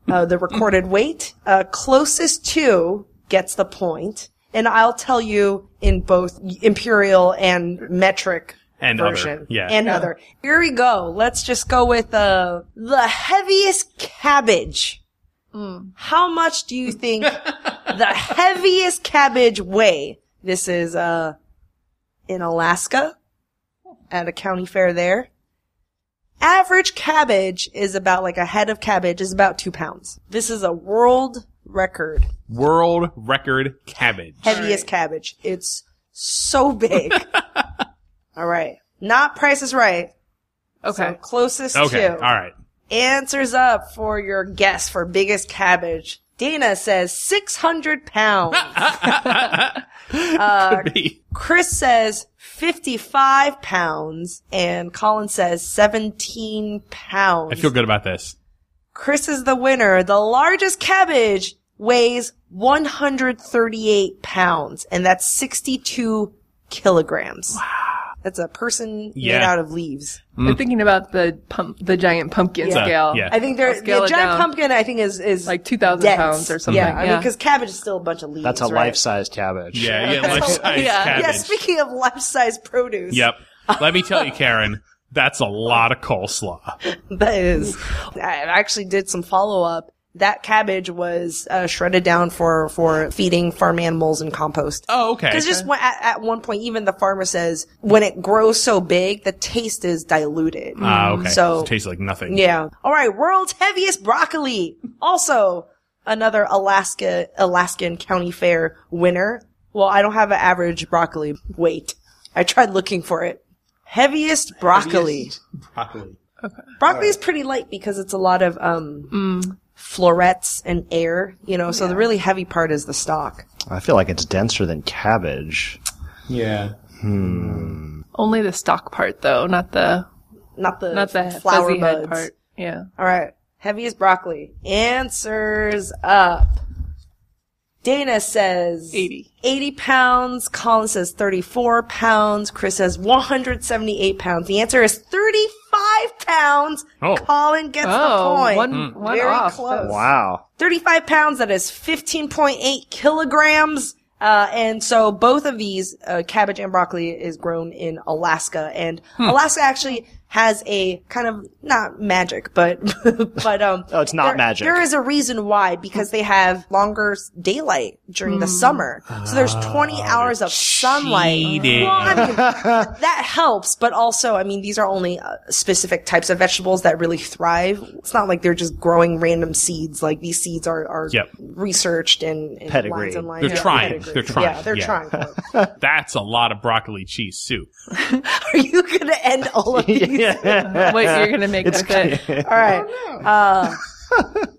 [SPEAKER 2] uh, the recorded weight. Uh, closest to gets the point, and I'll tell you in both imperial and metric
[SPEAKER 5] And other,
[SPEAKER 2] version
[SPEAKER 5] yeah.
[SPEAKER 2] and
[SPEAKER 5] Yeah.
[SPEAKER 2] other. Here we go. Let's just go with uh, the heaviest cabbage. How much do you think the heaviest cabbage weigh? This is uh in Alaska at a county fair there. Average cabbage is about like a head of cabbage is about two pounds. This is a world record.
[SPEAKER 5] World record cabbage.
[SPEAKER 2] Heaviest cabbage. It's so big. All right. Not Price is Right. Okay. closest
[SPEAKER 5] Okay,
[SPEAKER 2] to.
[SPEAKER 5] all right.
[SPEAKER 2] Answers up for your guess for biggest cabbage. Dana says 600 pounds. uh, Chris says 55 pounds and Colin says 17 pounds.
[SPEAKER 5] I feel good about this.
[SPEAKER 2] Chris is the winner. The largest cabbage weighs 138 pounds, and that's 62 kilograms. Wow. That's a person made
[SPEAKER 4] Yeah.
[SPEAKER 2] out of leaves.
[SPEAKER 4] I'm
[SPEAKER 5] mm.
[SPEAKER 4] thinking about the pump, the giant pumpkin
[SPEAKER 2] Yeah.
[SPEAKER 4] scale.
[SPEAKER 2] I think they're,
[SPEAKER 4] I'll
[SPEAKER 2] the
[SPEAKER 4] scale
[SPEAKER 2] giant
[SPEAKER 4] it down.
[SPEAKER 2] pumpkin. I think is is like
[SPEAKER 4] two thousand pounds or something,
[SPEAKER 2] Yeah, I mean
[SPEAKER 4] yeah.
[SPEAKER 2] because cabbage is still a bunch of leaves.
[SPEAKER 3] That's a
[SPEAKER 2] right?
[SPEAKER 3] life-size cabbage.
[SPEAKER 5] Yeah, yeah, life-size
[SPEAKER 2] yeah.
[SPEAKER 5] cabbage.
[SPEAKER 2] yeah. Speaking of life size produce,
[SPEAKER 5] Yep. Let me tell you, Karen, that's a lot of coleslaw.
[SPEAKER 2] that is. I actually did some follow up. That cabbage was uh, shredded down for for feeding farm animals and compost.
[SPEAKER 5] Oh, okay.
[SPEAKER 2] Because just one, at, at one point, even the farmer says when it grows so big, the taste is diluted.
[SPEAKER 5] Ah, okay.
[SPEAKER 2] So
[SPEAKER 5] it tastes like nothing.
[SPEAKER 2] Yeah. All right. World's heaviest broccoli. Also another Alaska, Alaskan county fair winner. Well, I don't have an average broccoli weight. I tried looking for it. Heaviest broccoli.
[SPEAKER 5] Broccoli.
[SPEAKER 2] Broccoli is pretty light because it's a lot of, um,
[SPEAKER 4] Mm.
[SPEAKER 2] florets and air, you know, so the really heavy part is the stalk.
[SPEAKER 3] I feel like it's denser than cabbage.
[SPEAKER 5] Yeah.
[SPEAKER 3] Hmm.
[SPEAKER 4] Only the stock part though, not the
[SPEAKER 2] Not the,
[SPEAKER 4] not the
[SPEAKER 2] flower
[SPEAKER 4] fuzzy head
[SPEAKER 2] buds.
[SPEAKER 4] part. Yeah.
[SPEAKER 2] All right. Heaviest broccoli. Answers up. Dana says 80. 80 pounds. Colin says 34 pounds. Chris says 178 pounds. The answer is 35 pounds.
[SPEAKER 3] Oh.
[SPEAKER 2] Colin gets
[SPEAKER 4] Oh,
[SPEAKER 2] the point.
[SPEAKER 4] one- Mm. one
[SPEAKER 2] Very
[SPEAKER 4] off.
[SPEAKER 2] close.
[SPEAKER 3] Wow.
[SPEAKER 2] 35 pounds, that is 15.8 kilograms. Uh, and so both of these, uh, cabbage and broccoli is grown in Alaska. And
[SPEAKER 3] Hmm.
[SPEAKER 2] Alaska actually has a kind of, not magic, but, but, um.
[SPEAKER 3] Oh, it's not
[SPEAKER 2] there-
[SPEAKER 3] magic.
[SPEAKER 2] There is a reason why, because they have longer s- daylight during the
[SPEAKER 3] Mm.
[SPEAKER 2] summer. So there's 20
[SPEAKER 3] Oh,
[SPEAKER 2] hours of sunlight.
[SPEAKER 5] cheating.
[SPEAKER 2] Well, I mean, that helps, but also, I mean, these are only uh, specific types of vegetables that really thrive. It's not like they're just growing random seeds. Like these seeds are, are
[SPEAKER 5] Yep.
[SPEAKER 2] researched and, and
[SPEAKER 5] Pedigree.
[SPEAKER 2] lines and lines.
[SPEAKER 5] They're
[SPEAKER 2] of
[SPEAKER 5] trying.
[SPEAKER 2] pedigree.
[SPEAKER 5] They're trying.
[SPEAKER 2] Yeah, they're
[SPEAKER 5] Yeah.
[SPEAKER 2] trying. For it.
[SPEAKER 5] That's a lot of broccoli cheese soup.
[SPEAKER 2] Are you going to end all of these?
[SPEAKER 5] Yeah. Wait, you're gonna make It's- that
[SPEAKER 2] All right. Uh,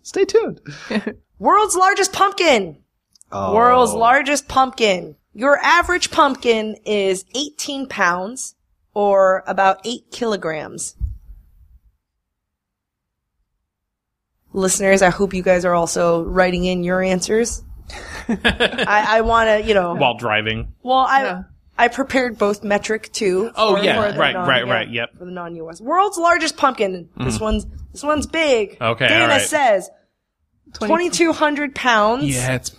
[SPEAKER 3] Stay tuned.
[SPEAKER 2] World's largest pumpkin. World's
[SPEAKER 5] Oh.
[SPEAKER 2] largest pumpkin. Your average pumpkin is 18 pounds or about 8 kilograms. Listeners, I hope you guys are also writing in your answers. I, I want to, you know.
[SPEAKER 5] While driving.
[SPEAKER 2] Well, I I prepared both metric too.
[SPEAKER 5] Oh,
[SPEAKER 2] for-
[SPEAKER 5] yeah.
[SPEAKER 2] for the
[SPEAKER 5] Right,
[SPEAKER 2] non-
[SPEAKER 5] right,
[SPEAKER 2] yeah,
[SPEAKER 5] right. Yep.
[SPEAKER 2] For the non-US, world's largest pumpkin. This
[SPEAKER 5] Mhm.
[SPEAKER 2] one's this one's big.
[SPEAKER 5] Okay,
[SPEAKER 2] Dana
[SPEAKER 5] all right.
[SPEAKER 2] says twenty two hundred pounds.
[SPEAKER 5] Yeah, it's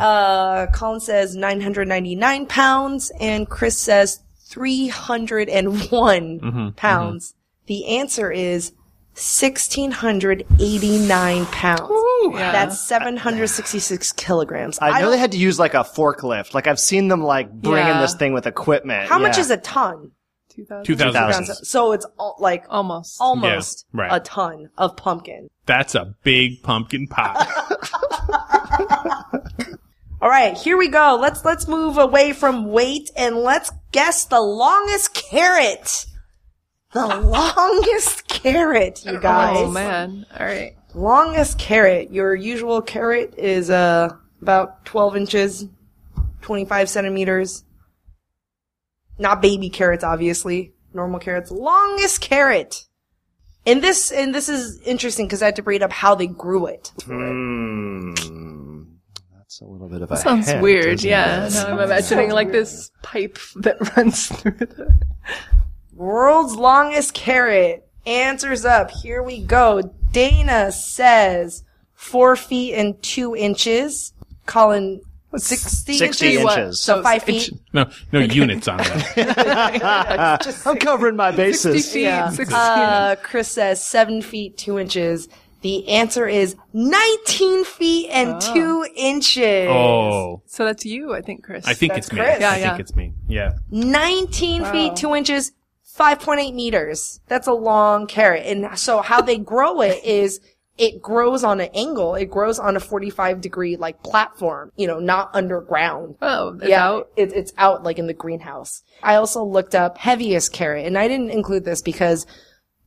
[SPEAKER 2] Uh, Colin says 999 pounds, and Chris says 301
[SPEAKER 5] Mhm,
[SPEAKER 2] pounds. The answer is 1,689 pounds.
[SPEAKER 4] Yeah.
[SPEAKER 2] That's 766 kilograms.
[SPEAKER 3] I know
[SPEAKER 2] don't-
[SPEAKER 3] they had to use like a forklift. Like I've seen them like bringing
[SPEAKER 2] Yeah.
[SPEAKER 3] this thing with equipment.
[SPEAKER 2] How much
[SPEAKER 3] Yeah.
[SPEAKER 2] is a ton? 2,000.
[SPEAKER 3] 2,000.
[SPEAKER 2] So it's all, like
[SPEAKER 4] almost
[SPEAKER 2] Oh, almost
[SPEAKER 5] Yeah, right.
[SPEAKER 2] a ton of pumpkin.
[SPEAKER 5] That's a big pumpkin pie.
[SPEAKER 2] All right, here we go. Let's let's move away from weight and let's guess the longest carrot. The longest carrot, you guys.
[SPEAKER 4] Oh man. All right.
[SPEAKER 2] Longest carrot. Your usual carrot is uh about 12 inches, 25 centimeters. Not baby carrots, obviously. Normal carrots. Longest carrot. And this and this is interesting because I had to read up how they grew it.
[SPEAKER 3] Hmm. That's a little bit of a
[SPEAKER 4] That sounds
[SPEAKER 3] hint,
[SPEAKER 4] weird.
[SPEAKER 3] isn't
[SPEAKER 4] Yeah.
[SPEAKER 3] it?
[SPEAKER 4] Now I'm imagining like this pipe that runs through the
[SPEAKER 2] World's longest carrot. Answers up. Here we go. Dana says four feet and two inches. Colin, 60,
[SPEAKER 5] 60
[SPEAKER 2] inches.
[SPEAKER 5] inches.
[SPEAKER 2] So five feet.
[SPEAKER 5] no, no units on that.
[SPEAKER 3] I'm covering my bases.
[SPEAKER 2] Yeah. Uh, Chris says seven feet, two inches. The answer is 19 feet and two inches.
[SPEAKER 5] Oh.
[SPEAKER 4] So that's you, I think, Chris.
[SPEAKER 5] I think
[SPEAKER 2] That's
[SPEAKER 5] it's me.
[SPEAKER 2] Chris.
[SPEAKER 5] I
[SPEAKER 2] Yeah,
[SPEAKER 5] think
[SPEAKER 2] yeah.
[SPEAKER 5] it's me. Yeah.
[SPEAKER 2] 19
[SPEAKER 4] Wow.
[SPEAKER 2] feet, 2 inches, 5.8 meters. That's a long carrot. And so how they grow it is it grows on an angle. It grows on a 45 degree like platform, you know, not underground.
[SPEAKER 4] Oh, it's
[SPEAKER 2] yeah.
[SPEAKER 4] out?
[SPEAKER 2] It, it's out like in the greenhouse. I also looked up heaviest carrot and I didn't include this because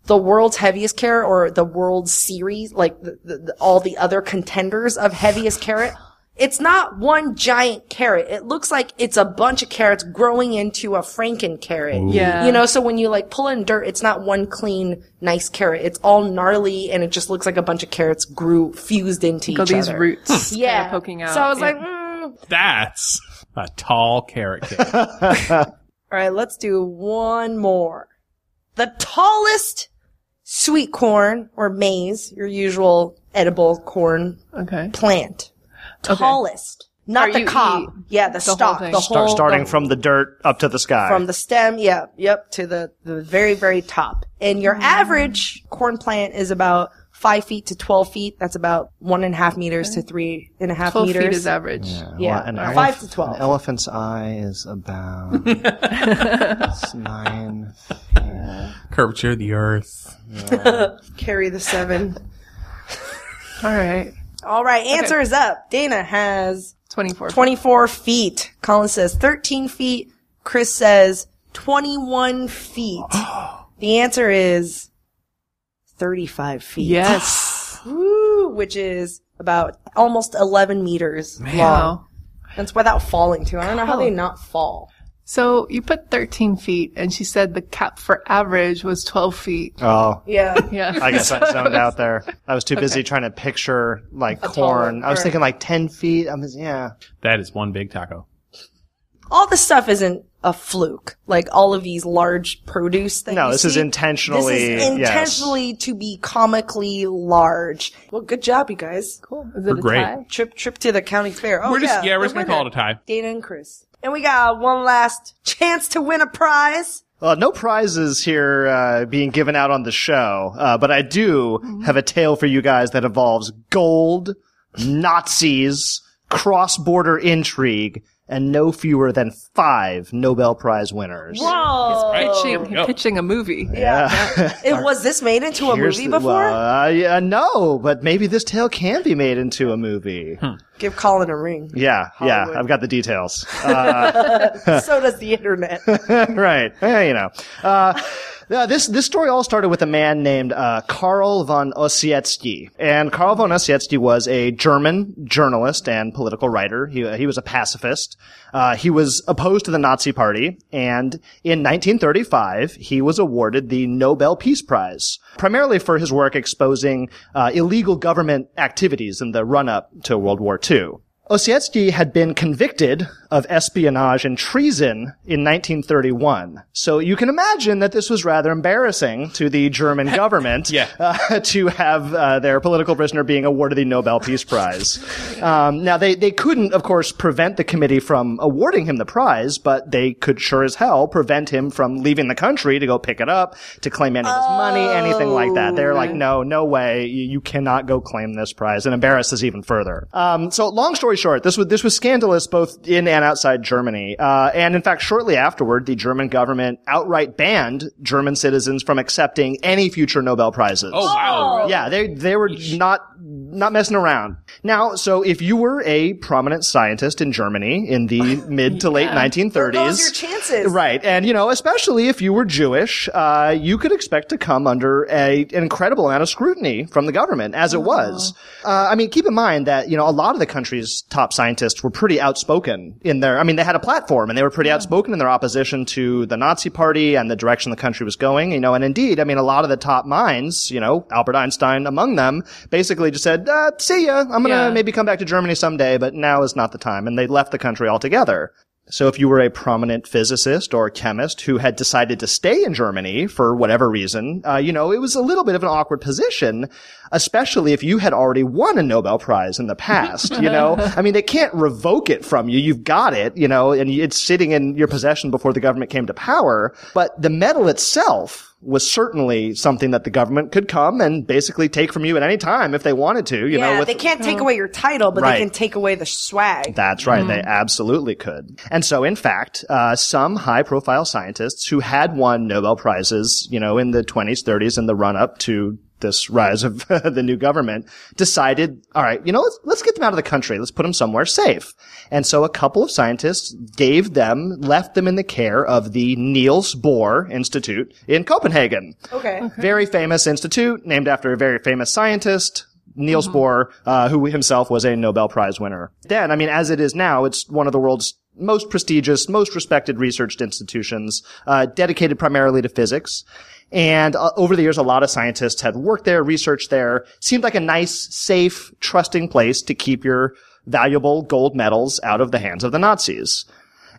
[SPEAKER 2] the world's heaviest carrot or the world series, like the, the, the, all the other contenders of heaviest carrot, it's not one giant carrot. It looks like it's a bunch of carrots growing into a franken carrot.
[SPEAKER 4] Ooh. Yeah.
[SPEAKER 2] You know, so when you like pull in dirt, it's not one clean, nice carrot. It's all gnarly and it just looks like a bunch of carrots grew, fused into
[SPEAKER 4] Got
[SPEAKER 2] each
[SPEAKER 4] these
[SPEAKER 2] other. Hmm.
[SPEAKER 4] roots
[SPEAKER 2] yeah.
[SPEAKER 4] kinda poking out.
[SPEAKER 2] mm, So I was
[SPEAKER 4] Yeah.
[SPEAKER 2] like, mm.
[SPEAKER 5] That's a tall carrot cake.
[SPEAKER 2] All right, let's do one more. The tallest sweet corn or maize, your usual edible corn plant.
[SPEAKER 4] Okay.
[SPEAKER 2] Tallest. Not
[SPEAKER 4] Or
[SPEAKER 2] the
[SPEAKER 4] you
[SPEAKER 2] cob. Yeah, the,
[SPEAKER 4] the whole
[SPEAKER 2] stalk.
[SPEAKER 4] thing.
[SPEAKER 2] The
[SPEAKER 3] Start,
[SPEAKER 2] whole
[SPEAKER 3] starting
[SPEAKER 2] the-
[SPEAKER 3] from the dirt up to the sky.
[SPEAKER 2] from the stem, yeah, yep, to the, the very, very top. And
[SPEAKER 4] Mm.
[SPEAKER 2] your average corn plant is about five feet to 12 feet. That's about one and a half meters to three and a half
[SPEAKER 4] 12 feet
[SPEAKER 2] meters.
[SPEAKER 4] is average.
[SPEAKER 2] Yeah.
[SPEAKER 3] Well, an
[SPEAKER 2] five
[SPEAKER 3] elef-
[SPEAKER 2] to 12.
[SPEAKER 3] An elephant's eye is about it's nine.
[SPEAKER 5] Curvature of the earth.
[SPEAKER 2] Carry the seven.
[SPEAKER 4] All right.
[SPEAKER 2] All right, answer is up. Dana has
[SPEAKER 4] 24.
[SPEAKER 2] 24 feet. Colin says 13 feet. Chris says 21 feet. the answer is 35 feet.
[SPEAKER 4] Yes.
[SPEAKER 2] Woo, which is about almost 11 meters long.
[SPEAKER 4] Wow.
[SPEAKER 2] That's without falling too. I don't know how
[SPEAKER 4] Cool.
[SPEAKER 2] they not fall.
[SPEAKER 4] So you put 13 feet and she said the cap for average was 12 feet.
[SPEAKER 3] Oh.
[SPEAKER 2] Yeah.
[SPEAKER 4] Yeah.
[SPEAKER 3] I guess I zoned out there. I was too busy trying to picture like corn. I was
[SPEAKER 2] or-
[SPEAKER 3] thinking like ten feet. I was yeah.
[SPEAKER 5] That is one big taco.
[SPEAKER 2] All this stuff isn't a fluke. Like all of these large produce things.
[SPEAKER 3] No, this is intentionally-
[SPEAKER 2] This is
[SPEAKER 3] yes.
[SPEAKER 2] intentionally to be comically large. Well, good job, you guys. Cool.
[SPEAKER 4] Is
[SPEAKER 5] it a great. tie?
[SPEAKER 2] Trip trip to the county fair. Oh,
[SPEAKER 5] we're just
[SPEAKER 2] yeah,
[SPEAKER 5] yeah, we're
[SPEAKER 2] the
[SPEAKER 5] just gonna
[SPEAKER 2] winner.
[SPEAKER 5] call it a tie.
[SPEAKER 2] Dana and Chris. And we got one last chance to win a prize.
[SPEAKER 3] Well, no prizes here uh, being given out on the show, uh, but I do
[SPEAKER 2] Mm-hmm.
[SPEAKER 3] have a tale for you guys that involves gold, Nazis, cross-border intrigue, and no fewer than five Nobel Prize winners.
[SPEAKER 2] Whoa.
[SPEAKER 5] Oh,
[SPEAKER 4] Pitching, pitching a movie.
[SPEAKER 3] Yeah.
[SPEAKER 2] It was this made into a
[SPEAKER 3] Here's
[SPEAKER 2] movie
[SPEAKER 3] the-
[SPEAKER 2] before?
[SPEAKER 3] well, uh, yeah, no, but maybe this tale can be made into a movie.
[SPEAKER 2] Give Colin a ring.
[SPEAKER 3] Yeah,
[SPEAKER 2] Hollywood.
[SPEAKER 3] yeah, I've got the details. Uh,
[SPEAKER 2] so does the internet.
[SPEAKER 3] right, Eh, you know. Uh, yeah, this this story all started with a man named uh, Karl von Ossietzky, and Karl von Ossietzky was a German journalist and political writer. He he was a pacifist. Uh, he was opposed to the Nazi Party, and in 1935 he was awarded the Nobel Peace Prize, primarily for his work exposing uh, illegal government activities in the run up to World War II. Ossietzky had been convicted of espionage and treason in 1931. So you can imagine that this was rather embarrassing to the German government uh, to have uh, their political prisoner being awarded the Nobel Peace Prize. Um, now, they, they couldn't, of course, prevent the committee from awarding him the prize, but they could sure as hell prevent him from leaving the country to go pick it up, to claim any of his money, anything like that. They're
[SPEAKER 2] Oh,
[SPEAKER 3] like, no, no way. You, you cannot go claim this prize and embarrass us even further. Um, so long story short, this was, this was scandalous both in and outside Germany. Uh, and in fact, shortly afterward, the German government outright banned German citizens from accepting any future Nobel Prizes.
[SPEAKER 5] Oh wow.
[SPEAKER 3] Yeah, they they were not not messing around. Now, so if you were a prominent scientist in Germany in the mid to late 1930s,
[SPEAKER 2] Those are your chances.
[SPEAKER 3] Right. And, you know, especially if you were Jewish, uh, you could expect to come under a, an incredible amount of scrutiny from the government, as it was. Uh, I mean, keep in mind that, you know, a lot of the country's top scientists were pretty outspoken in their, I mean, they had a platform and they were pretty outspoken in their opposition to the Nazi party and the direction the country was going, you know, and indeed, I mean, a lot of the top minds, you know, Albert Einstein among them, basically just said, uh, see ya. I'm going to
[SPEAKER 4] Yeah.
[SPEAKER 3] maybe come back to Germany someday, but now is not the time. And they left the country altogether. So if you were a prominent physicist or chemist who had decided to stay in Germany for whatever reason, uh, you know, it was a little bit of an awkward position, especially if you had already won a Nobel Prize in the past, you know? I mean, they can't revoke it from you. You've got it, you know, and it's sitting in your possession before the government came to power. But the medal itself was certainly something that the government could come and basically take from you at any time if they wanted to, you
[SPEAKER 2] yeah,
[SPEAKER 3] know, with
[SPEAKER 2] they can't take away your title, but
[SPEAKER 3] Right.
[SPEAKER 2] they can take away the swag.
[SPEAKER 3] that's right. They absolutely could. And so, in fact, uh, some high profile scientists who had won Nobel Prizes, you know, in the 20s, 30s, and the run up to this rise of the new government decided, all right, you know, let's, let's get them out of the country. Let's put them somewhere safe. And so a couple of scientists gave them, left them in the care of the Niels Bohr Institute in Copenhagen.
[SPEAKER 2] Okay.
[SPEAKER 3] Very famous institute named after a very famous scientist, Niels Bohr, uh, who himself was a Nobel Prize winner. Then, I mean, as it is now, it's one of the world's most prestigious, most respected researched institutions, uh, dedicated primarily to physics. And uh, over the years, a lot of scientists had worked there, researched there. Seemed like a nice, safe, trusting place to keep your valuable gold medals out of the hands of the Nazis.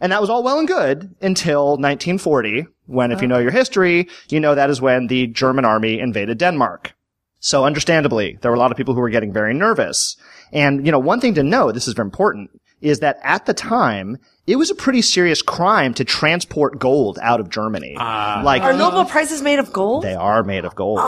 [SPEAKER 3] And that was all well and good until 1940, when if you know your history, you know that is when the German army invaded Denmark. So understandably, there were a lot of people who were getting very nervous. And, you know, one thing to know, this is very important, is that at the time, it was a pretty serious crime to transport gold out of Germany. like,
[SPEAKER 2] Are Ah. Nobel Prizes made of gold? Oh.
[SPEAKER 3] they are made of gold.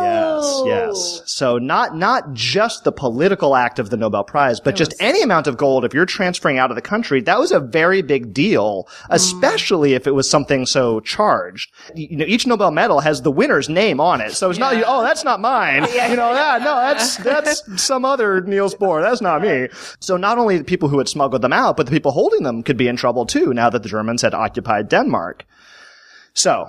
[SPEAKER 3] Yes, yes. So not not just the political act of the Nobel Prize, but just any amount of gold if you're transferring out of the country, that was a very big deal, especially if it was something so charged. You know, each Nobel medal has the winner's name on it. So it's not you, oh, that's not mine. You know, that no, that's that's some other Niels Bohr. That's not me. So not only the people who had smuggled them out, but the people holding them could be in trouble too now that the Germans had occupied Denmark. So,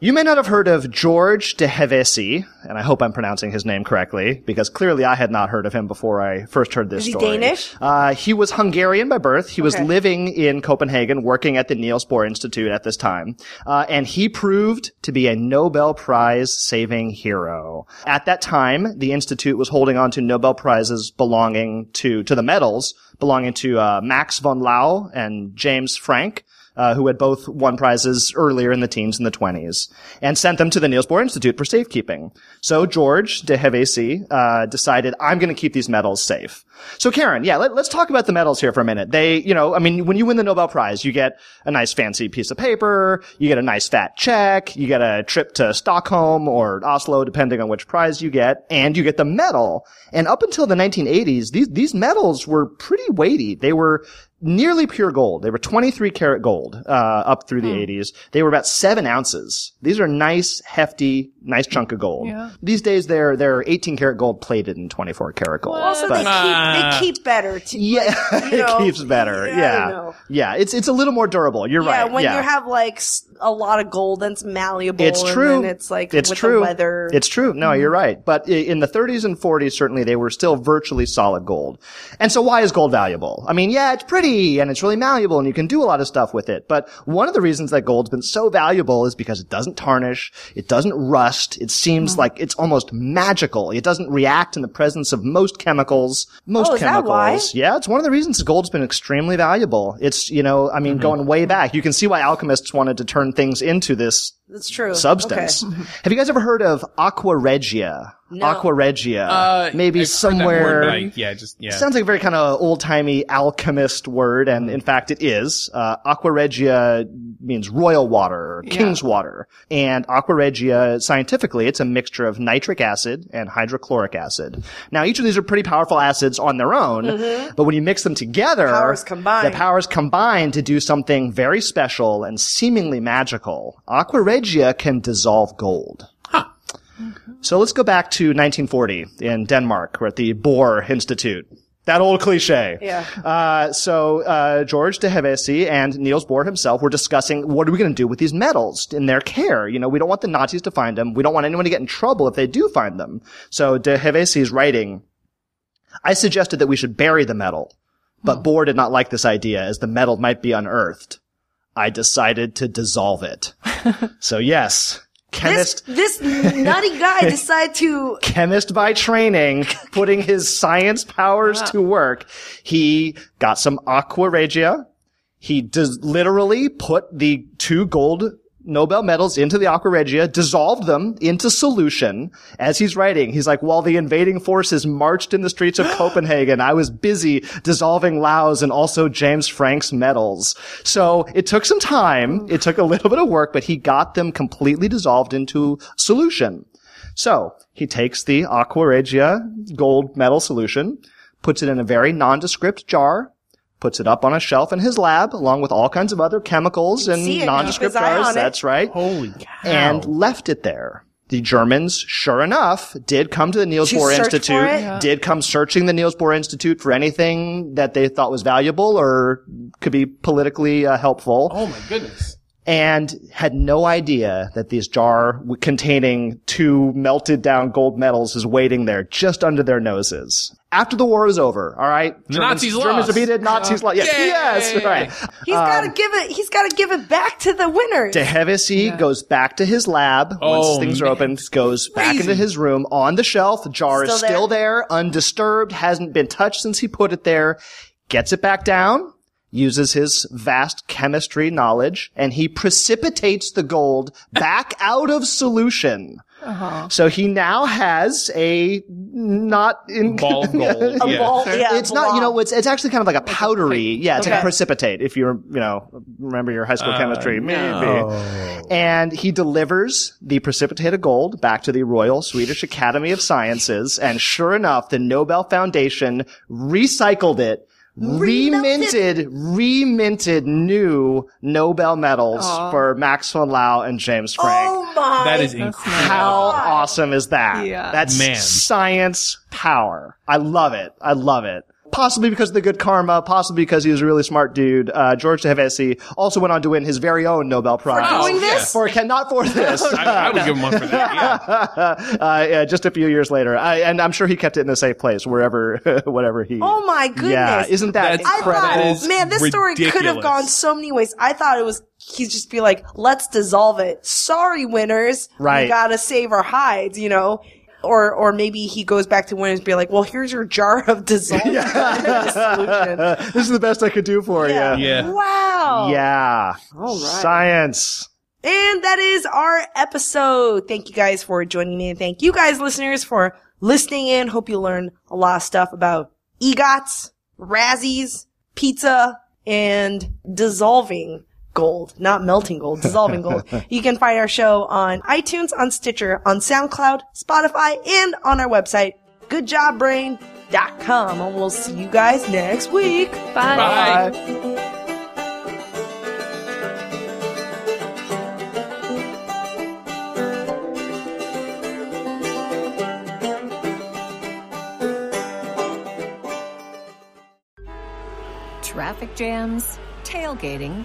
[SPEAKER 3] you may not have heard of George de Hevesi, and I hope I'm pronouncing his name correctly, because clearly I had not heard of him before I first heard this
[SPEAKER 2] Is he
[SPEAKER 3] story.
[SPEAKER 2] Danish?
[SPEAKER 3] Uh, he was Hungarian by birth. He was
[SPEAKER 2] Okay.
[SPEAKER 3] living in Copenhagen, working at the Niels Bohr Institute at this time. Uh, and he proved to be a Nobel Prize saving hero. At that time, the Institute was holding on to Nobel Prizes belonging to, to the medals belonging to uh, Max von Lau and James Frank uh, who had both won prizes earlier in the teens and the 20s, and sent them to the Niels Bohr Institute for safekeeping. So George de Hevesi uh, decided, I'm going to keep these medals safe. So Karen, yeah, let, us talk about the medals here for a minute. They, you know, I mean, when you win the Nobel Prize, you get a nice fancy piece of paper, you get a nice fat check, you get a trip to Stockholm or Oslo, depending on which prize you get, and you get the medal. And up until the 1980s, these, these medals were pretty weighty. They were nearly pure gold. They were 23 karat gold uh, up through the
[SPEAKER 2] Hmm.
[SPEAKER 3] 80s. They were about seven ounces. These are nice, hefty, nice chunk of gold.
[SPEAKER 2] Yeah.
[SPEAKER 3] These days, they're they're 18 karat gold plated in 24 karat gold.
[SPEAKER 2] Also, they
[SPEAKER 3] But-
[SPEAKER 2] keep, they keep better. To,
[SPEAKER 3] yeah,
[SPEAKER 2] you know,
[SPEAKER 3] it keeps better.
[SPEAKER 2] I
[SPEAKER 3] Yeah,
[SPEAKER 2] don't know.
[SPEAKER 3] yeah. It's it's a little more durable. You're
[SPEAKER 2] yeah,
[SPEAKER 3] right.
[SPEAKER 2] when
[SPEAKER 3] yeah.
[SPEAKER 2] you have like s- a lot of gold, then it's malleable.
[SPEAKER 3] It's true.
[SPEAKER 2] And then it's like
[SPEAKER 3] it's
[SPEAKER 2] with
[SPEAKER 3] true.
[SPEAKER 2] the weather. Mm-hmm.
[SPEAKER 3] It's true. No, you're right. But i- in the 30s and 40s, certainly they were still virtually solid gold. And so why is gold valuable? I mean, yeah, it's pretty and it's really malleable and you can do a lot of stuff with it. But one of the reasons that gold's been so valuable is because it doesn't tarnish. It doesn't rust. It seems
[SPEAKER 2] Mm-hmm.
[SPEAKER 3] like it's almost magical. It doesn't react in the presence of most chemicals. Most
[SPEAKER 2] Oh, is that
[SPEAKER 3] chemicals.
[SPEAKER 2] why?
[SPEAKER 3] Yeah, it's one of the reasons gold's been extremely valuable. It's, you know, I
[SPEAKER 2] Mm-hmm.
[SPEAKER 3] mean, going way back, you can see why alchemists wanted to turn things into this
[SPEAKER 2] That's true.
[SPEAKER 3] substance.
[SPEAKER 2] Okay.
[SPEAKER 3] Have you guys ever heard of aqua regia? Aqua regia.
[SPEAKER 5] Uh,
[SPEAKER 3] Maybe
[SPEAKER 5] I've heard that
[SPEAKER 3] somewhere.
[SPEAKER 5] word, but I- yeah, just yeah.
[SPEAKER 3] Sounds like a very kind of old timey alchemist word, and in fact it is. Uh, aqua regia means royal water, or king's water. And aqua regia, scientifically, it's a mixture of nitric acid and hydrochloric acid. Now each of these are pretty powerful acids on their own,
[SPEAKER 2] Mhm.
[SPEAKER 3] but when you mix them together,
[SPEAKER 2] Powers combined.
[SPEAKER 3] the powers combine to do something very special and seemingly magical. Aqua regia can dissolve gold. So let's go back to 1940 in Denmark. We're at the Bohr Institute. That old cliche.
[SPEAKER 2] Yeah.
[SPEAKER 3] Uh, so uh, George de Hevesi and Niels Bohr himself were discussing what are we going to do with these medals in their care. You know, we don't want the Nazis to find them. We don't want anyone to get in trouble if they do find them. So de Hevesi is writing. I suggested that we should bury the medal, but Bohr did not like this idea as the medal might be unearthed. I decided to dissolve it. so yes, chemist
[SPEAKER 2] This, this nutty guy decided to.
[SPEAKER 3] chemist by training, putting his science powers to work, he got some aqua regia. He dis- literally put the two gold Nobel medals into the aqua regia, dissolved them into solution. As he's writing, he's like, while the invading forces marched in the streets of Copenhagen, I was busy dissolving Lau's and also James Frank's medals. So it took some time. It took a little bit of work, but he got them completely dissolved into solution. So he takes the Aqua Regia gold metal solution, puts it in a very nondescript jar, puts it up on a shelf in his lab, along with all kinds of other chemicals and
[SPEAKER 2] see it, keep
[SPEAKER 3] nondescript
[SPEAKER 2] his eye
[SPEAKER 3] jars.
[SPEAKER 2] on it.
[SPEAKER 3] That's right. Holy cow. And left it there. The Germans, sure enough, did come to the Niels
[SPEAKER 2] Did you
[SPEAKER 3] Bohr
[SPEAKER 2] search for
[SPEAKER 3] Institute,
[SPEAKER 2] it? Yeah.
[SPEAKER 3] did come searching the Niels Bohr Institute for anything that they thought was valuable or could be politically uh, helpful
[SPEAKER 5] Oh my goodness.
[SPEAKER 3] and had no idea that this jar w- containing two melted down gold medals is waiting there just under their noses. After the war was over, all right,
[SPEAKER 5] The
[SPEAKER 3] Germans-
[SPEAKER 5] Nazis
[SPEAKER 3] Germans
[SPEAKER 5] lost.
[SPEAKER 3] defeated Nazis
[SPEAKER 5] Yeah.
[SPEAKER 3] lost. Yes,
[SPEAKER 5] Yay!
[SPEAKER 3] yes, right.
[SPEAKER 2] He's got
[SPEAKER 3] Um,
[SPEAKER 2] to give it. He's got to give it back to the winners.
[SPEAKER 3] De Hevesy goes back to his lab
[SPEAKER 5] Oh,
[SPEAKER 3] once things are opened, goes back into his room on the shelf. The jar is
[SPEAKER 2] Still there?
[SPEAKER 3] still there, undisturbed, hasn't been touched since he put it there, gets it back down, uses his vast chemistry knowledge and he precipitates the gold back out of solution.
[SPEAKER 4] Uh-huh.
[SPEAKER 3] So he now has a not in
[SPEAKER 5] Ball of gold,
[SPEAKER 2] A yeah. ball- yeah,
[SPEAKER 3] it's not you know
[SPEAKER 2] blob.
[SPEAKER 3] it's it's actually kind of like a powdery yeah it's like
[SPEAKER 2] Okay.
[SPEAKER 3] a precipitate if you you know remember your high school
[SPEAKER 5] Uh,
[SPEAKER 3] chemistry maybe
[SPEAKER 5] no.
[SPEAKER 3] and he delivers the precipitated gold back to the Royal Swedish Academy of Sciences and sure enough the Nobel Foundation recycled it reminted reminted new Nobel medals
[SPEAKER 4] Aw.
[SPEAKER 3] for Max von Lau and James Frank
[SPEAKER 2] Oh my.
[SPEAKER 5] That is
[SPEAKER 4] That's
[SPEAKER 5] incredible.
[SPEAKER 3] how awesome is that?
[SPEAKER 4] Yeah.
[SPEAKER 3] That's
[SPEAKER 5] Man.
[SPEAKER 3] science power. I love it. I love it. Possibly because of the good karma, possibly because he was a really smart dude. Uh, George Hevesi also went on to win his very own Nobel Prize.
[SPEAKER 5] doing this?
[SPEAKER 3] For, ca- not for this.
[SPEAKER 5] I, I would give him one for that. Yeah.
[SPEAKER 3] uh, yeah, just a few years later. I, and I'm sure he kept it in a safe place, wherever, whatever he.
[SPEAKER 2] Oh my goodness.
[SPEAKER 3] Yeah, isn't that
[SPEAKER 5] That's-
[SPEAKER 2] I
[SPEAKER 3] incredible?
[SPEAKER 2] thought,
[SPEAKER 5] That is
[SPEAKER 2] man, this story could have
[SPEAKER 5] ridiculous.
[SPEAKER 2] gone so many ways. I thought it was he'd just be like, "Let's dissolve it." Sorry, winners.
[SPEAKER 3] Right.
[SPEAKER 2] We gotta save our hides, you know. Or, or maybe he goes back to winners and be like, "Well, here's your jar of dissolved solution."
[SPEAKER 3] this is the best I could do for you.
[SPEAKER 5] Yeah.
[SPEAKER 2] Wow.
[SPEAKER 3] Yeah.
[SPEAKER 2] Oh. All right.
[SPEAKER 3] Science.
[SPEAKER 2] And that is our episode. Thank you guys for joining me and thank you guys listeners for listening in. Hope you learned a lot of stuff about EGOTs, Razzies, pizza, and dissolving gold, not melting gold, dissolving gold. You can find our show on iTunes, on Stitcher, on SoundCloud, Spotify, and on our website, goodjobbrain.com. And we'll see you guys next week.
[SPEAKER 5] Bye.
[SPEAKER 7] Traffic jams, tailgating,